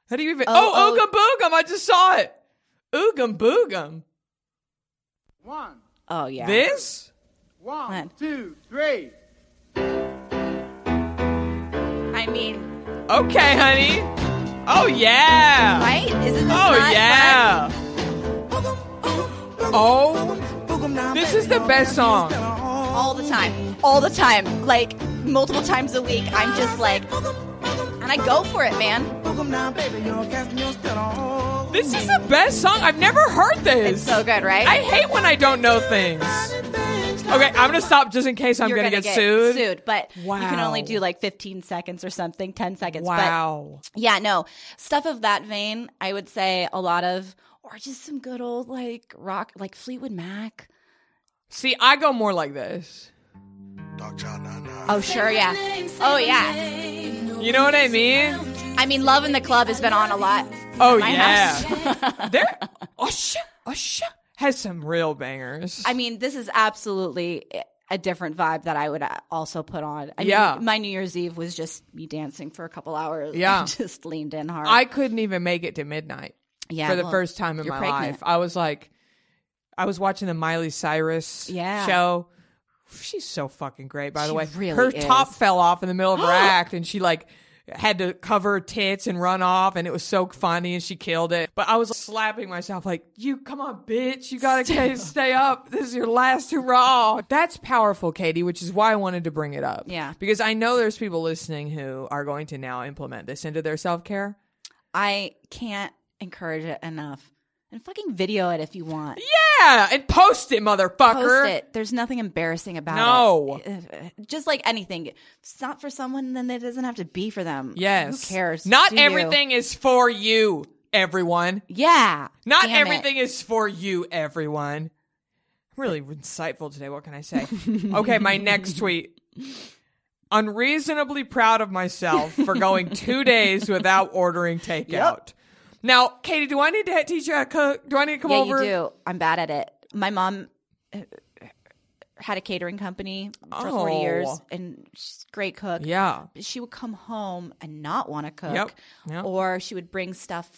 Speaker 1: How do you even? Oh,
Speaker 2: Oh,
Speaker 1: Oogum Boogum! I just saw it. Oogum Boogum.
Speaker 6: One,
Speaker 2: Oh yeah.
Speaker 1: This?
Speaker 6: one,
Speaker 2: What?
Speaker 6: two, three.
Speaker 2: I mean,
Speaker 1: Okay, honey. Oh yeah.
Speaker 2: right? Isn't this
Speaker 1: Oh
Speaker 2: not fun?
Speaker 1: yeah. Oh, this is the best song.
Speaker 2: All the time, all the time, like multiple times a week. I'm just like, and I go for it, man.
Speaker 1: This is the best song. I've never heard this.
Speaker 2: It's so good, right?
Speaker 1: I hate when I don't know things. Okay, I'm gonna stop just in case I'm
Speaker 2: You're
Speaker 1: gonna,
Speaker 2: gonna,
Speaker 1: get, sued.
Speaker 2: but you can
Speaker 1: Wow.
Speaker 2: only do like 15 seconds or something, 10 seconds. But
Speaker 1: Wow.
Speaker 2: Yeah, no. Stuff of that vein, I would say a lot of or just some good old like rock like Fleetwood Mac.
Speaker 1: See, I go more like this.
Speaker 2: Oh sure, yeah. Oh yeah.
Speaker 1: You know what I mean?
Speaker 2: I mean Love in the Club has been on a lot.
Speaker 1: Oh
Speaker 2: My
Speaker 1: yeah. there Usher Usher has some real bangers.
Speaker 2: I mean, this is absolutely a different vibe that I would uh, also put on. I
Speaker 1: Yeah.
Speaker 2: mean, my New Year's Eve was just me dancing for a couple hours.
Speaker 1: Yeah.
Speaker 2: I just leaned in hard.
Speaker 1: I couldn't even make it to midnight
Speaker 2: yeah,
Speaker 1: for the
Speaker 2: well,
Speaker 1: first time in
Speaker 2: you're
Speaker 1: my
Speaker 2: pregnant.
Speaker 1: life. I was like I was watching the Miley Cyrus
Speaker 2: Yeah.
Speaker 1: show. She's so fucking great, by the
Speaker 2: She
Speaker 1: way.
Speaker 2: really
Speaker 1: her
Speaker 2: is.
Speaker 1: top fell off in the middle of her act and she like had to cover her tits and run off and it was so funny and she killed it. But I was slapping myself like, You come on, bitch, you gotta stay, stay up. This is your last hurrah. That's powerful, Katie, which is why I wanted to bring it up.
Speaker 2: Yeah.
Speaker 1: Because I know there's people listening who are going to now implement this into their self care.
Speaker 2: I can't encourage it enough. And fucking video it if you want.
Speaker 1: Yeah, and post it, motherfucker.
Speaker 2: Post it. There's nothing embarrassing about
Speaker 1: No.
Speaker 2: it. No. uh, Just like anything. If it's not for someone, then it doesn't have to be for them.
Speaker 1: Yes.
Speaker 2: Who cares?
Speaker 1: Not
Speaker 2: Do you.
Speaker 1: everything is for you, everyone.
Speaker 2: Yeah.
Speaker 1: Not
Speaker 2: Damn it.
Speaker 1: everything is for you, everyone. Really insightful today. What can I say? okay, my next tweet. Unreasonably proud of myself for going two days without ordering takeout. Now, Katie, do I need to teach you how to cook? Do I need to come
Speaker 2: Yeah,
Speaker 1: over?
Speaker 2: you do. I'm bad at it. My mom uh, had a catering company for 40
Speaker 1: Oh.
Speaker 2: years and she's a great cook.
Speaker 1: Yeah.
Speaker 2: She would come home and not want to cook.
Speaker 1: Yep. Yep. Uh-huh.
Speaker 2: Or she would bring stuff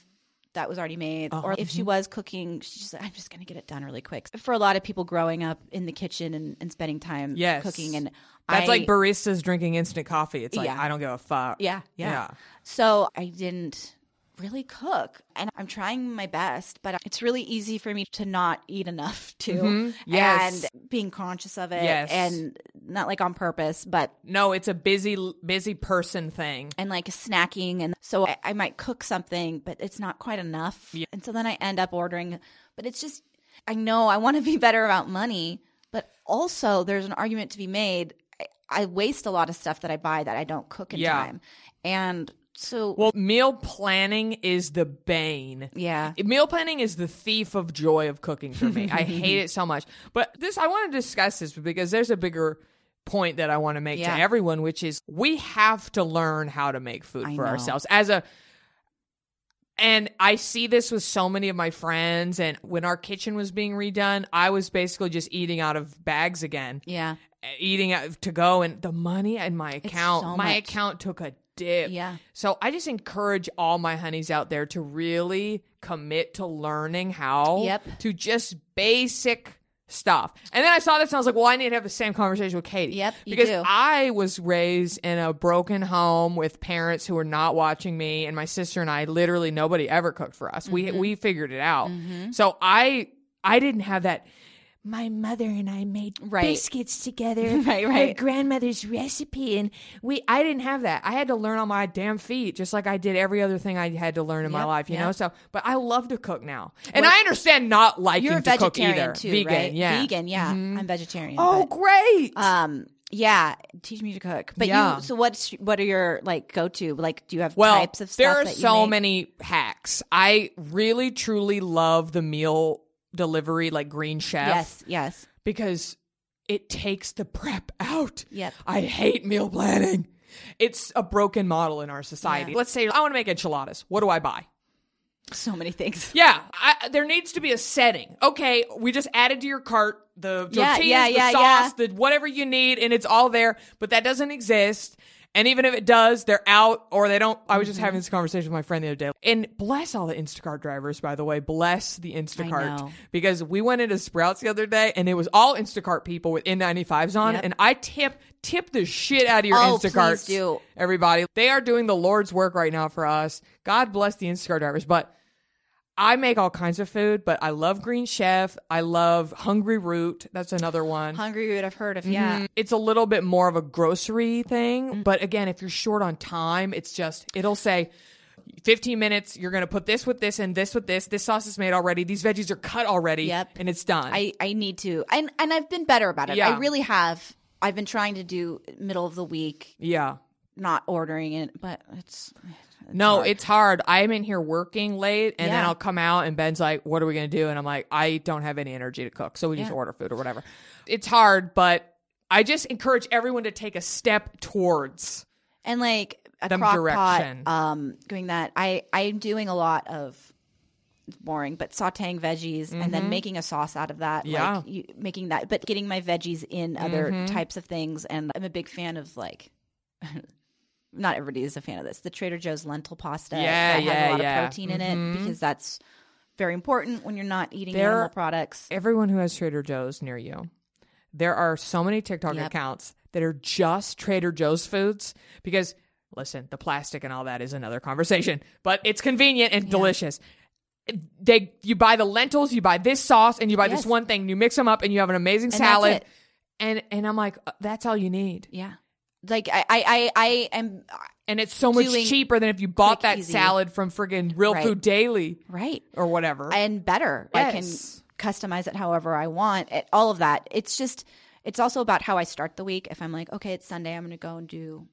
Speaker 2: that was already made. Or if
Speaker 1: Mm-hmm.
Speaker 2: she was cooking, she's just like, I'm just going to get it done really quick. For a lot of people growing up in the kitchen and, and spending time
Speaker 1: Yes.
Speaker 2: cooking and
Speaker 1: That's
Speaker 2: I,
Speaker 1: like baristas drinking instant coffee. It's like,
Speaker 2: Yeah.
Speaker 1: I don't give a fuck.
Speaker 2: Yeah, yeah.
Speaker 1: Yeah.
Speaker 2: So I didn't really cook and I'm trying my best, but it's really easy for me to not eat enough too.
Speaker 1: Mhm. Yes.
Speaker 2: And being conscious of it
Speaker 1: Yes.
Speaker 2: and not like on purpose, but
Speaker 1: No, it's a busy busy person thing.
Speaker 2: and like snacking and so I, I might cook something but it's not quite enough and so then i end up ordering but it's just i know i want to be better about money but also there's an argument to be made i, I waste a lot of stuff that i buy that i don't cook in
Speaker 1: Yeah.
Speaker 2: time and so
Speaker 1: Well, meal planning is the bane.
Speaker 2: yeah
Speaker 1: Meal planning is the thief of joy of cooking for me. I hate it so much. But this, I want to discuss this because there's a bigger point that I want to make
Speaker 2: Yeah.
Speaker 1: to everyone, which is we have to learn how to make food
Speaker 2: I
Speaker 1: for
Speaker 2: know.
Speaker 1: ourselves as a. And I see this with so many of my friends. And when our kitchen was being redone, I was basically just eating out of bags again,
Speaker 2: yeah
Speaker 1: eating out to go. And the money in my account,
Speaker 2: so
Speaker 1: my
Speaker 2: much.
Speaker 1: account took a dip.
Speaker 2: yeah
Speaker 1: So I just encourage all my honeys out there to really commit to learning how
Speaker 2: Yep.
Speaker 1: to just basic stuff. And then I saw this and I was like, well, I need to have the same conversation with Katie.
Speaker 2: Yep, you
Speaker 1: because
Speaker 2: do.
Speaker 1: I was raised in a broken home with parents who were not watching me and my sister and I literally nobody ever cooked for us.
Speaker 2: Mm-hmm.
Speaker 1: We we figured it out. So I I didn't have that my mother and I made
Speaker 2: Right.
Speaker 1: biscuits together.
Speaker 2: Right,
Speaker 1: her
Speaker 2: right.
Speaker 1: grandmother's recipe and we I didn't have that. I had to learn on my damn feet just like I did every other thing I had to learn in my
Speaker 2: Yep,
Speaker 1: life, you
Speaker 2: yep.
Speaker 1: know? So, but I love to cook now. And I understand not liking
Speaker 2: you're a
Speaker 1: to cook
Speaker 2: vegetarian
Speaker 1: either.
Speaker 2: too
Speaker 1: vegan,
Speaker 2: right
Speaker 1: yeah. Mm-hmm.
Speaker 2: vegan yeah i'm vegetarian
Speaker 1: Oh,
Speaker 2: but-
Speaker 1: great.
Speaker 2: um yeah teach me to cook but
Speaker 1: Yeah.
Speaker 2: you so what's what are your like go-to like do you have
Speaker 1: well,
Speaker 2: types of stuff
Speaker 1: there are
Speaker 2: that you
Speaker 1: so
Speaker 2: make?
Speaker 1: many hacks. I really truly love the meal delivery like Green Chef.
Speaker 2: yes yes
Speaker 1: because it takes the prep out.
Speaker 2: Yep.
Speaker 1: I hate meal planning. It's a broken model in our society. Let's say I want to make enchiladas. What do I buy?
Speaker 2: so many things
Speaker 1: Yeah, I, there needs to be a setting. Okay, we just added to your cart the
Speaker 2: Yeah,
Speaker 1: tortillas,
Speaker 2: yeah,
Speaker 1: the
Speaker 2: yeah,
Speaker 1: sauce, the whatever you need, and it's all there. But that doesn't exist. And even if it does, they're out or they don't. I was
Speaker 2: Mm-hmm.
Speaker 1: just having this conversation with my friend the other day. And bless all the Instacart drivers, by the way. Bless the Instacart.
Speaker 2: know.
Speaker 1: Because we went into Sprouts the other day and it was all Instacart people with N95s on.
Speaker 2: Yep.
Speaker 1: And I tip tip the shit out of your
Speaker 2: Oh, please
Speaker 1: Instacarts.
Speaker 2: do.
Speaker 1: Everybody. They are doing the Lord's work right now for us. God bless the Instacart drivers. But I make all kinds of food, but I love Green Chef. I love Hungry Root. That's another one.
Speaker 2: Hungry Root, Mm-hmm. I've heard of. Yeah.
Speaker 1: Mm, It's a little bit more of a grocery thing, but again, if you're short on time, it's just it'll say 15 minutes, you're going to put this with this and this with this. This sauce is made already. These veggies are cut already
Speaker 2: Yep.
Speaker 1: and it's done.
Speaker 2: I, I need to. And, and I've been better about it.
Speaker 1: Yeah.
Speaker 2: I really have. I've been trying to do middle of the week,
Speaker 1: yeah.
Speaker 2: not ordering it, but it's.
Speaker 1: No, it's hard. I'm in here working late and then
Speaker 2: Yeah.
Speaker 1: I'll come out and Ben's like, "What are we going to do?" and I'm like, "I don't have any energy to cook." So we just order food or whatever. It's hard, but I just encourage everyone to take a step towards
Speaker 2: And like a
Speaker 1: Them
Speaker 2: crock pot,
Speaker 1: direction.
Speaker 2: um, doing that. I, I'm doing a lot of. It's boring, but sauteing veggies and then making a sauce out of that.
Speaker 1: Mm-hmm. Yeah. Mm-hmm.
Speaker 2: Like you, making that, but getting my veggies in other types of things. And I'm a big fan of like, not everybody is a fan of this. The Trader Joe's lentil pasta
Speaker 1: Yeah,
Speaker 2: that has
Speaker 1: yeah,
Speaker 2: a lot
Speaker 1: yeah. Mm-hmm.
Speaker 2: of protein in it because that's very important when you're not eating
Speaker 1: There-
Speaker 2: animal products.
Speaker 1: everyone who has Trader Joe's near you. There are so many TikTok
Speaker 2: Yep.
Speaker 1: accounts that are just Trader Joe's foods because listen, the plastic and all that is another conversation, but it's convenient and delicious. They you buy the lentils, you buy this sauce and you buy this
Speaker 2: Yes.
Speaker 1: one thing, you mix them up and you have an amazing
Speaker 2: that's
Speaker 1: salad.
Speaker 2: it.
Speaker 1: And and I'm like, uh, that's all you need.
Speaker 2: Yeah. Like I, I, I, I am
Speaker 1: And it's so much
Speaker 2: Doing
Speaker 1: cheaper than if you bought
Speaker 2: quick,
Speaker 1: that
Speaker 2: easy.
Speaker 1: salad from friggin' Real
Speaker 2: Right.
Speaker 1: Food Daily
Speaker 2: right.
Speaker 1: or whatever.
Speaker 2: and better.
Speaker 1: Yes.
Speaker 2: I can customize it however I want. It, all of that. It's just it's also about how I start the week. If I'm like, okay, it's Sunday, I'm going to go and do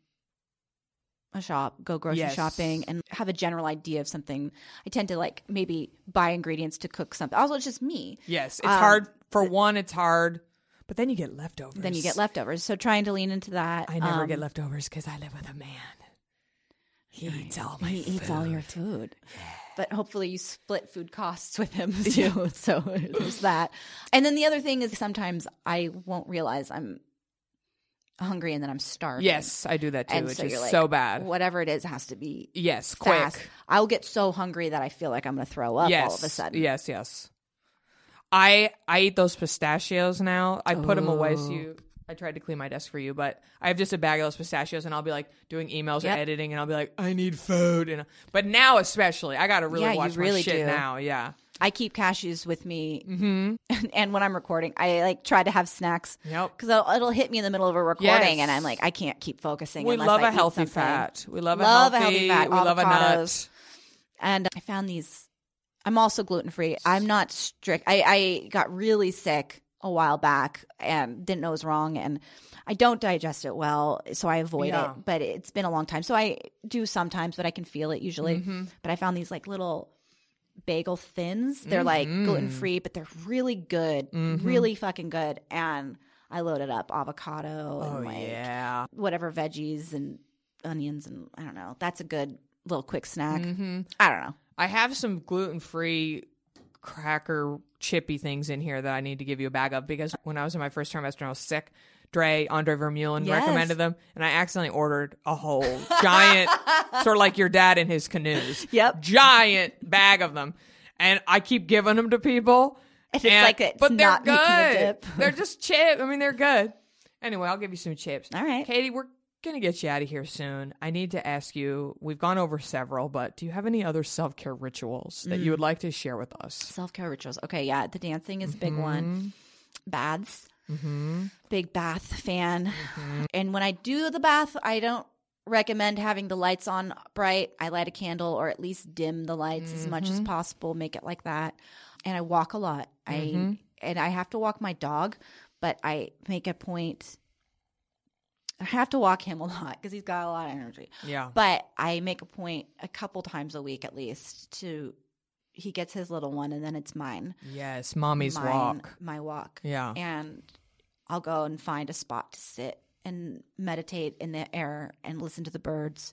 Speaker 2: a shop, go grocery
Speaker 1: Yes.
Speaker 2: shopping, and have a general idea of something. I tend to like maybe buy ingredients to cook something. Also, it's just me.
Speaker 1: yes, it's
Speaker 2: Um,
Speaker 1: hard for one, it's hard. But then you get leftovers.
Speaker 2: Then you get leftovers. So trying to lean into that.
Speaker 1: I never
Speaker 2: um,
Speaker 1: get leftovers because I live with a man. He eats all my.
Speaker 2: He eats all your food. But hopefully you split food costs with him too. so there's that. And then the other thing is sometimes I won't realize I'm hungry and then I'm starving.
Speaker 1: Yes, I do that too,
Speaker 2: And
Speaker 1: which
Speaker 2: so
Speaker 1: is
Speaker 2: you're like,
Speaker 1: so bad.
Speaker 2: Whatever it is has to be
Speaker 1: Yes,
Speaker 2: fast.
Speaker 1: quick.
Speaker 2: I'll get so hungry that I feel like I'm going to throw up
Speaker 1: yes,
Speaker 2: all of a sudden.
Speaker 1: yes,
Speaker 2: Oh.
Speaker 1: yes. I I eat those pistachios now. I put them away so you. I tried to clean my desk for you, but I have just a bag of those pistachios, and I'll be like doing emails
Speaker 2: Yep.
Speaker 1: or editing, and I'll be like, I need food, and but now especially, I gotta really
Speaker 2: Yeah, you
Speaker 1: watch my
Speaker 2: really
Speaker 1: shit
Speaker 2: do.
Speaker 1: now. Yeah.
Speaker 2: I keep cashews with me, and, and when I'm recording, I like try to have snacks.
Speaker 1: Mm-hmm. Yep.
Speaker 2: because it'll, it'll hit me in the middle of a
Speaker 1: Yes.
Speaker 2: recording, and I'm like, I can't keep focusing.
Speaker 1: We
Speaker 2: unless
Speaker 1: love
Speaker 2: I
Speaker 1: a
Speaker 2: eat
Speaker 1: healthy
Speaker 2: something.
Speaker 1: fat. We love,
Speaker 2: Love
Speaker 1: a
Speaker 2: a
Speaker 1: healthy
Speaker 2: healthy fat,
Speaker 1: We love a nut.
Speaker 2: avocados. and I found these. I'm also gluten free. I'm not strict. I, I got really sick a while back and didn't know it was wrong, and I don't digest it well, so I avoid
Speaker 1: Yeah.
Speaker 2: it. But it's been a long time, so I do sometimes, but I can feel it usually.
Speaker 1: Mm-hmm.
Speaker 2: But I found these like little bagel thins. They're like
Speaker 1: Mm-hmm.
Speaker 2: gluten free, but they're really good, really fucking good. And I loaded up avocado and
Speaker 1: Oh
Speaker 2: like
Speaker 1: yeah.
Speaker 2: whatever veggies and onions and I don't know. That's a good little quick snack.
Speaker 1: Mm-hmm.
Speaker 2: I don't know.
Speaker 1: I have some gluten free cracker chippy things in here that I need to give you a bag of because when I was in my first trimester and I was sick, Dre, Andre Vermeulen
Speaker 2: Yes.
Speaker 1: recommended them and I accidentally ordered a whole giant sort of like your dad in his canoes.
Speaker 2: Yep.
Speaker 1: Giant bag of them. And I keep giving them to people.
Speaker 2: And it's like it's
Speaker 1: but they're
Speaker 2: not
Speaker 1: good.
Speaker 2: making a dip.
Speaker 1: they're just chip. I mean, they're good. Anyway, I'll give you some chips.
Speaker 2: All right.
Speaker 1: Katie, we're going to get you out of here soon. I need to ask you we've gone over several, but do you have any other self care rituals that
Speaker 2: Mm.
Speaker 1: you would like to share with us?
Speaker 2: Self care rituals. Okay, yeah, the dancing is a big one. Baths. Big bath fan. And when I do the bath, I don't recommend having the lights on bright. I light a candle or at least dim the lights as much as possible, make it like that. And I walk a lot. I and I have to walk my dog, but I make a point I have to walk him a lot because he's got a lot of energy.
Speaker 1: Yeah.
Speaker 2: But I make a point a couple times a week at least to he gets his little one and then it's mine.
Speaker 1: Yes, mommy's
Speaker 2: mine
Speaker 1: walk.
Speaker 2: My walk.
Speaker 1: Yeah.
Speaker 2: And I'll go and find a spot to sit and meditate in the air and listen to the birds.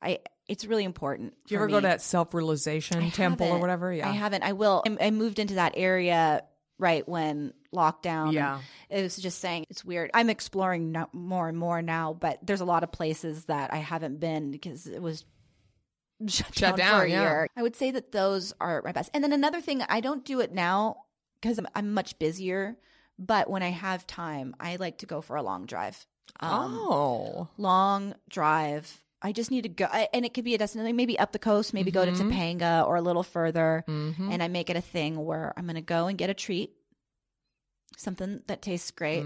Speaker 2: I it's really important.
Speaker 1: Do you
Speaker 2: for
Speaker 1: ever go to
Speaker 2: me.
Speaker 1: that self realization temple or
Speaker 2: haven't.
Speaker 1: whatever? Yeah.
Speaker 2: I haven't. I will. I, I moved into that area right when lockdown. and
Speaker 1: Yeah.
Speaker 2: It was just saying it's weird. I'm exploring no, more and more now, but there's a lot of places that I haven't been because it was shut,
Speaker 1: Shut
Speaker 2: down, for
Speaker 1: down,
Speaker 2: a
Speaker 1: yeah.
Speaker 2: year. I would say that those are my best. And then another thing, I don't do it now because I'm, I'm much busier. But when I have time, I like to go for a long drive. Um,
Speaker 1: oh.
Speaker 2: long drive. I just need to go, I- and it could be a destination, maybe up the coast, maybe go to
Speaker 1: Mm-hmm.
Speaker 2: Topanga or a little further. And I make it a thing where I'm going to go and get a treat, something that tastes great,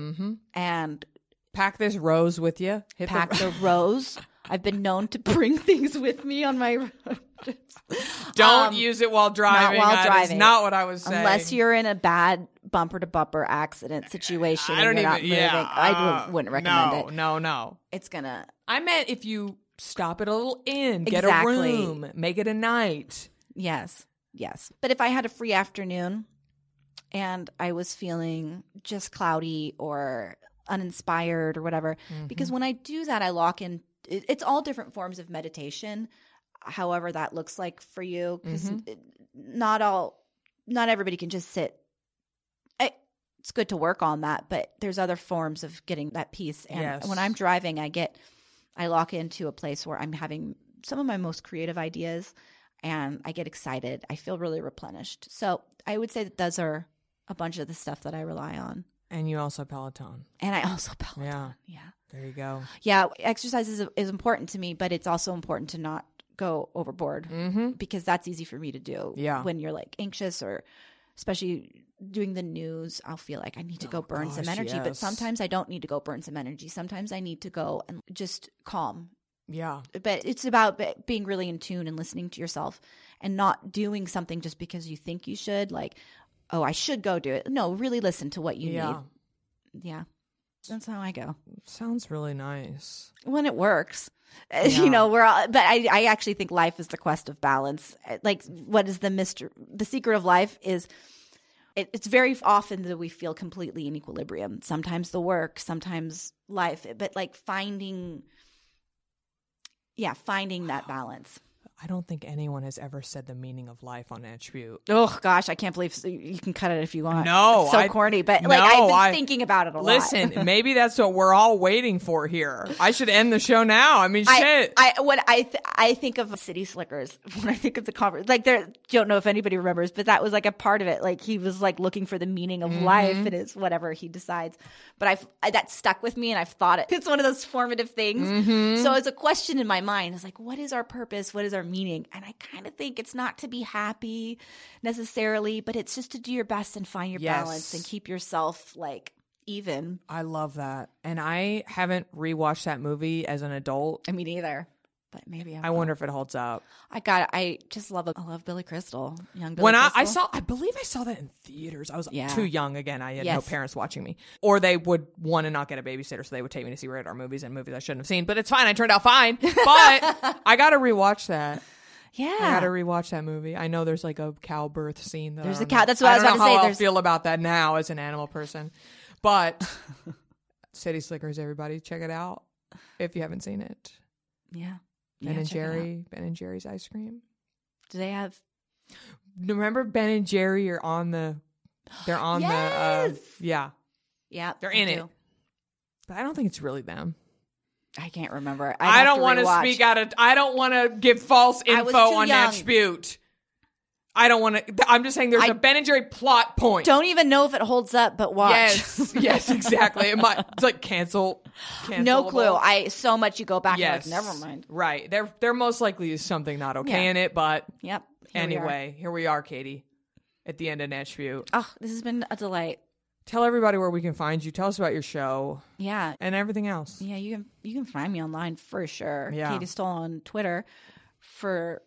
Speaker 2: and
Speaker 1: Pack this rose with you. Hit
Speaker 2: pack
Speaker 1: Mm-hmm. the,
Speaker 2: the rose. I've been known to bring things with me on my road trips.
Speaker 1: Don't
Speaker 2: um,
Speaker 1: use it while driving.
Speaker 2: while
Speaker 1: That is
Speaker 2: driving.
Speaker 1: not what I was saying.
Speaker 2: Unless you're in a bad bumper to bumper accident situation
Speaker 1: I don't
Speaker 2: and
Speaker 1: even.
Speaker 2: you're not moving,
Speaker 1: yeah.
Speaker 2: I
Speaker 1: uh,
Speaker 2: would, wouldn't recommend
Speaker 1: no,
Speaker 2: it.
Speaker 1: No, no.
Speaker 2: It's going to
Speaker 1: I meant if you stop at a little inn, get
Speaker 2: Exactly.
Speaker 1: a room, make it a night.
Speaker 2: Yes. Yes. But if I had a free afternoon and I was feeling just cloudy or uninspired or whatever, because when I do that, I lock in, it, it's all different forms of meditation, however that looks like for you. Because not all, not everybody can just sit. I- It's good to work on that, but there's other forms of getting that peace. And
Speaker 1: Yes.
Speaker 2: when I'm driving, I get, I lock into a place where I'm having some of my most creative ideas and I get excited. I feel really replenished. So I would say that those are a bunch of the stuff that I rely on.
Speaker 1: And you also Peloton.
Speaker 2: And I also Peloton.
Speaker 1: Yeah.
Speaker 2: Yeah.
Speaker 1: There you go.
Speaker 2: Yeah, exercise is, is important to me, but it's also important to not go overboard because that's easy for me to do.
Speaker 1: Yeah.
Speaker 2: When you're like anxious or especially doing the news, I'll feel like I need to go burn some
Speaker 1: Oh, gosh,
Speaker 2: energy, but
Speaker 1: yes.
Speaker 2: sometimes I don't need to go burn some energy. Sometimes I need to go and just calm
Speaker 1: Yeah.
Speaker 2: but it's about be- being really in tune and listening to yourself and not doing something just because you think you should like oh i should go do it no really listen to what you
Speaker 1: Yeah.
Speaker 2: need yeah that's how i go
Speaker 1: Sounds really nice.
Speaker 2: when it works Uh,
Speaker 1: Yeah.
Speaker 2: you know we're all but I, I actually think life is the quest of balance Uh, like what is the mystery the secret of life is it, it's very often that we feel completely in equilibrium sometimes the work sometimes life but like finding yeah finding that balance
Speaker 1: I don't think anyone has ever said the meaning of life on attribute.
Speaker 2: Oh gosh, I can't believe so you can cut it if you want.
Speaker 1: No,
Speaker 2: It's so
Speaker 1: I-
Speaker 2: corny, but like I've
Speaker 1: No,
Speaker 2: been
Speaker 1: I-
Speaker 2: thinking about it a lot.
Speaker 1: Listen, maybe that's what we're all waiting for here. I should end the show now. I mean,
Speaker 2: I,
Speaker 1: shit.
Speaker 2: I when I th- I think of City Slickers when I think of the conference like there don't know if anybody remembers but that was like a part of it like he was like looking for the meaning
Speaker 1: Mm-hmm.
Speaker 2: of life and it's whatever he decides but I've I, that stuck with me and I've thought it it's one of those formative things
Speaker 1: Mm-hmm.
Speaker 2: so it's a question in my mind it's like what is our purpose what is our meaning and I kind of think it's not to be happy necessarily but it's just to do your best and find your balance
Speaker 1: Yes.
Speaker 2: and keep yourself like even
Speaker 1: I love that. And I haven't rewatched that movie as an adult.
Speaker 2: I mean either but maybe I'm
Speaker 1: I wonder if it holds up.
Speaker 2: I got. I just love. I love Billy Crystal. Young Billy
Speaker 1: when I,
Speaker 2: Crystal.
Speaker 1: I saw, I believe I saw that in theaters. I was
Speaker 2: Yeah.
Speaker 1: too young again. I had no
Speaker 2: Yes.
Speaker 1: parents watching me, or they would want to not get a babysitter, so they would take me to see radar movies and movies I shouldn't have seen. But it's fine. I turned out fine. But I got to rewatch that. I got to
Speaker 2: yeah,
Speaker 1: rewatch that movie. I know there's like a cow birth scene. That
Speaker 2: There's
Speaker 1: I don't
Speaker 2: a cow-
Speaker 1: know-
Speaker 2: that's what I was
Speaker 1: don't
Speaker 2: about
Speaker 1: know
Speaker 2: to say.
Speaker 1: How I
Speaker 2: There's-
Speaker 1: feel about that now as an animal person, but City Slickers, everybody, check it out if you haven't seen it.
Speaker 2: yeah.
Speaker 1: Ben
Speaker 2: Yeah,
Speaker 1: and
Speaker 2: check it out.
Speaker 1: Jerry, Ben and Jerry's ice cream.
Speaker 2: Do they have?
Speaker 1: Remember Ben and Jerry are on the they're on the uh,
Speaker 2: Yes!
Speaker 1: yeah.
Speaker 2: Yeah,
Speaker 1: They're
Speaker 2: they
Speaker 1: in
Speaker 2: do.
Speaker 1: it. But I don't think it's really them.
Speaker 2: I can't remember. I'd
Speaker 1: I
Speaker 2: have
Speaker 1: don't want to
Speaker 2: rewatch.
Speaker 1: speak out of I don't want to give false
Speaker 2: I was
Speaker 1: info
Speaker 2: too
Speaker 1: on
Speaker 2: young.
Speaker 1: that Butte. I don't want to I'm just saying there's
Speaker 2: I-
Speaker 1: a Ben and Jerry plot point.
Speaker 2: Don't even know if it holds up, but watch.
Speaker 1: Yes. Yes, exactly. It might it's like cancel
Speaker 2: no
Speaker 1: cancelable.
Speaker 2: clue. I so much you go back.
Speaker 1: Yes.
Speaker 2: and you're like, Never mind.
Speaker 1: Right. There there most likely is something not okay
Speaker 2: Yeah.
Speaker 1: in it, but
Speaker 2: Yep. Here we are.
Speaker 1: anyway, here we are, Katie. At the end of Natch Butte.
Speaker 2: Oh, this has been a delight.
Speaker 1: Tell everybody where we can find you. Tell us about your show
Speaker 2: Yeah.
Speaker 1: and everything else.
Speaker 2: Yeah, you can you can find me online for sure.
Speaker 1: Yeah.
Speaker 2: Katie Stoll on Twitter for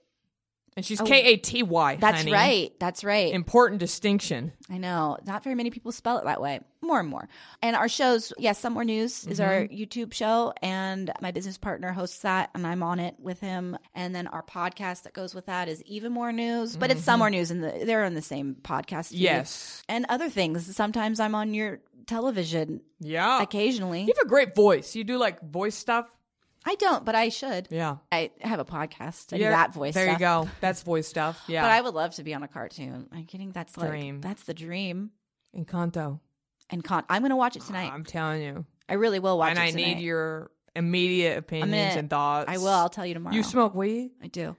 Speaker 1: And she's K A T Y.
Speaker 2: Oh. that's
Speaker 1: honey.
Speaker 2: right. That's right.
Speaker 1: Important distinction.
Speaker 2: I know. Not very many people spell it that way. More and more. And our shows, yes, Somewhere News is our
Speaker 1: Mm-hmm.
Speaker 2: YouTube show, and my business partner hosts that, and I'm on it with him. And then our podcast that goes with that is Even More News, but it's Somewhere News, and the, they're on the same podcast. feed.
Speaker 1: Mm-hmm. Yes.
Speaker 2: And other things. Sometimes I'm on your television
Speaker 1: Oh. Yeah.
Speaker 2: occasionally.
Speaker 1: You have a great voice. You do like voice stuff.
Speaker 2: I don't, but I should.
Speaker 1: Yeah.
Speaker 2: I have a podcast. I do
Speaker 1: Yeah.
Speaker 2: that voice.
Speaker 1: There
Speaker 2: stuff.
Speaker 1: you go. That's voice stuff. Yeah.
Speaker 2: But I would love to be on a cartoon. I'm kidding. That's like,
Speaker 1: Dream.
Speaker 2: That's the dream.
Speaker 1: Encanto.
Speaker 2: And con- I'm going to watch it tonight.
Speaker 1: I'm telling you.
Speaker 2: I really will watch
Speaker 1: and
Speaker 2: it
Speaker 1: I
Speaker 2: tonight.
Speaker 1: need your immediate
Speaker 2: I'm
Speaker 1: opinions
Speaker 2: gonna-
Speaker 1: and thoughts.
Speaker 2: I will. I'll tell you tomorrow.
Speaker 1: You smoke weed?
Speaker 2: I do.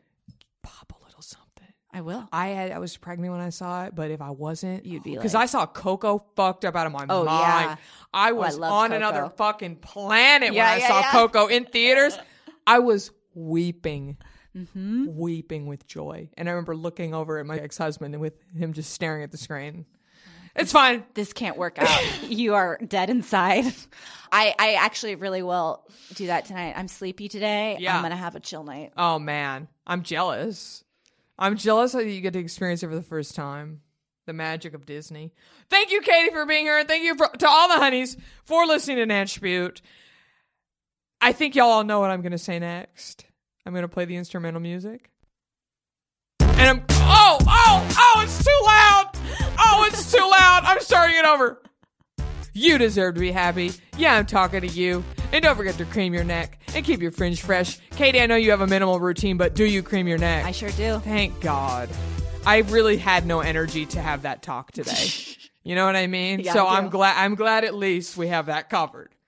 Speaker 1: Pop a little something.
Speaker 2: I will.
Speaker 1: I had I was pregnant when I saw it, but if I wasn't,
Speaker 2: You'd be
Speaker 1: because
Speaker 2: like-
Speaker 1: I saw Coco fucked up out of my
Speaker 2: Oh,
Speaker 1: mind.
Speaker 2: yeah.
Speaker 1: I
Speaker 2: Oh, I
Speaker 1: was
Speaker 2: love
Speaker 1: on
Speaker 2: Coco.
Speaker 1: another fucking planet
Speaker 2: Yeah,
Speaker 1: when I
Speaker 2: yeah,
Speaker 1: saw
Speaker 2: yeah.
Speaker 1: Coco in theaters. I was weeping,
Speaker 2: Mm-hmm.
Speaker 1: weeping with joy, and I remember looking over at my ex husband and with him just staring at the screen. It's fine.
Speaker 2: This can't work out. you are dead inside. I, I actually really will do that tonight. I'm sleepy today.
Speaker 1: Yeah.
Speaker 2: I'm gonna have a chill night.
Speaker 1: Oh man, I'm jealous. I'm jealous that you get to experience it for the first time. The magic of Disney. Thank you, Katie, for being here, and thank you for, to all the honeys for listening to Natch Butte. I think y'all all know what I'm going to say next. I'm going to play the instrumental music, and I'm oh oh oh! It's too loud. Oh, it's too loud. I'm starting it over. You deserve to be happy. Yeah, I'm talking to you. And don't forget to cream your neck and keep your fringe fresh. Katie, I know you have a minimal routine, but do you cream your neck?
Speaker 2: I sure do.
Speaker 1: Thank God. I really had no energy to have that talk today. you know what I mean?
Speaker 2: Yeah,
Speaker 1: so
Speaker 2: I do.
Speaker 1: I'm glad I'm glad at least we have that covered.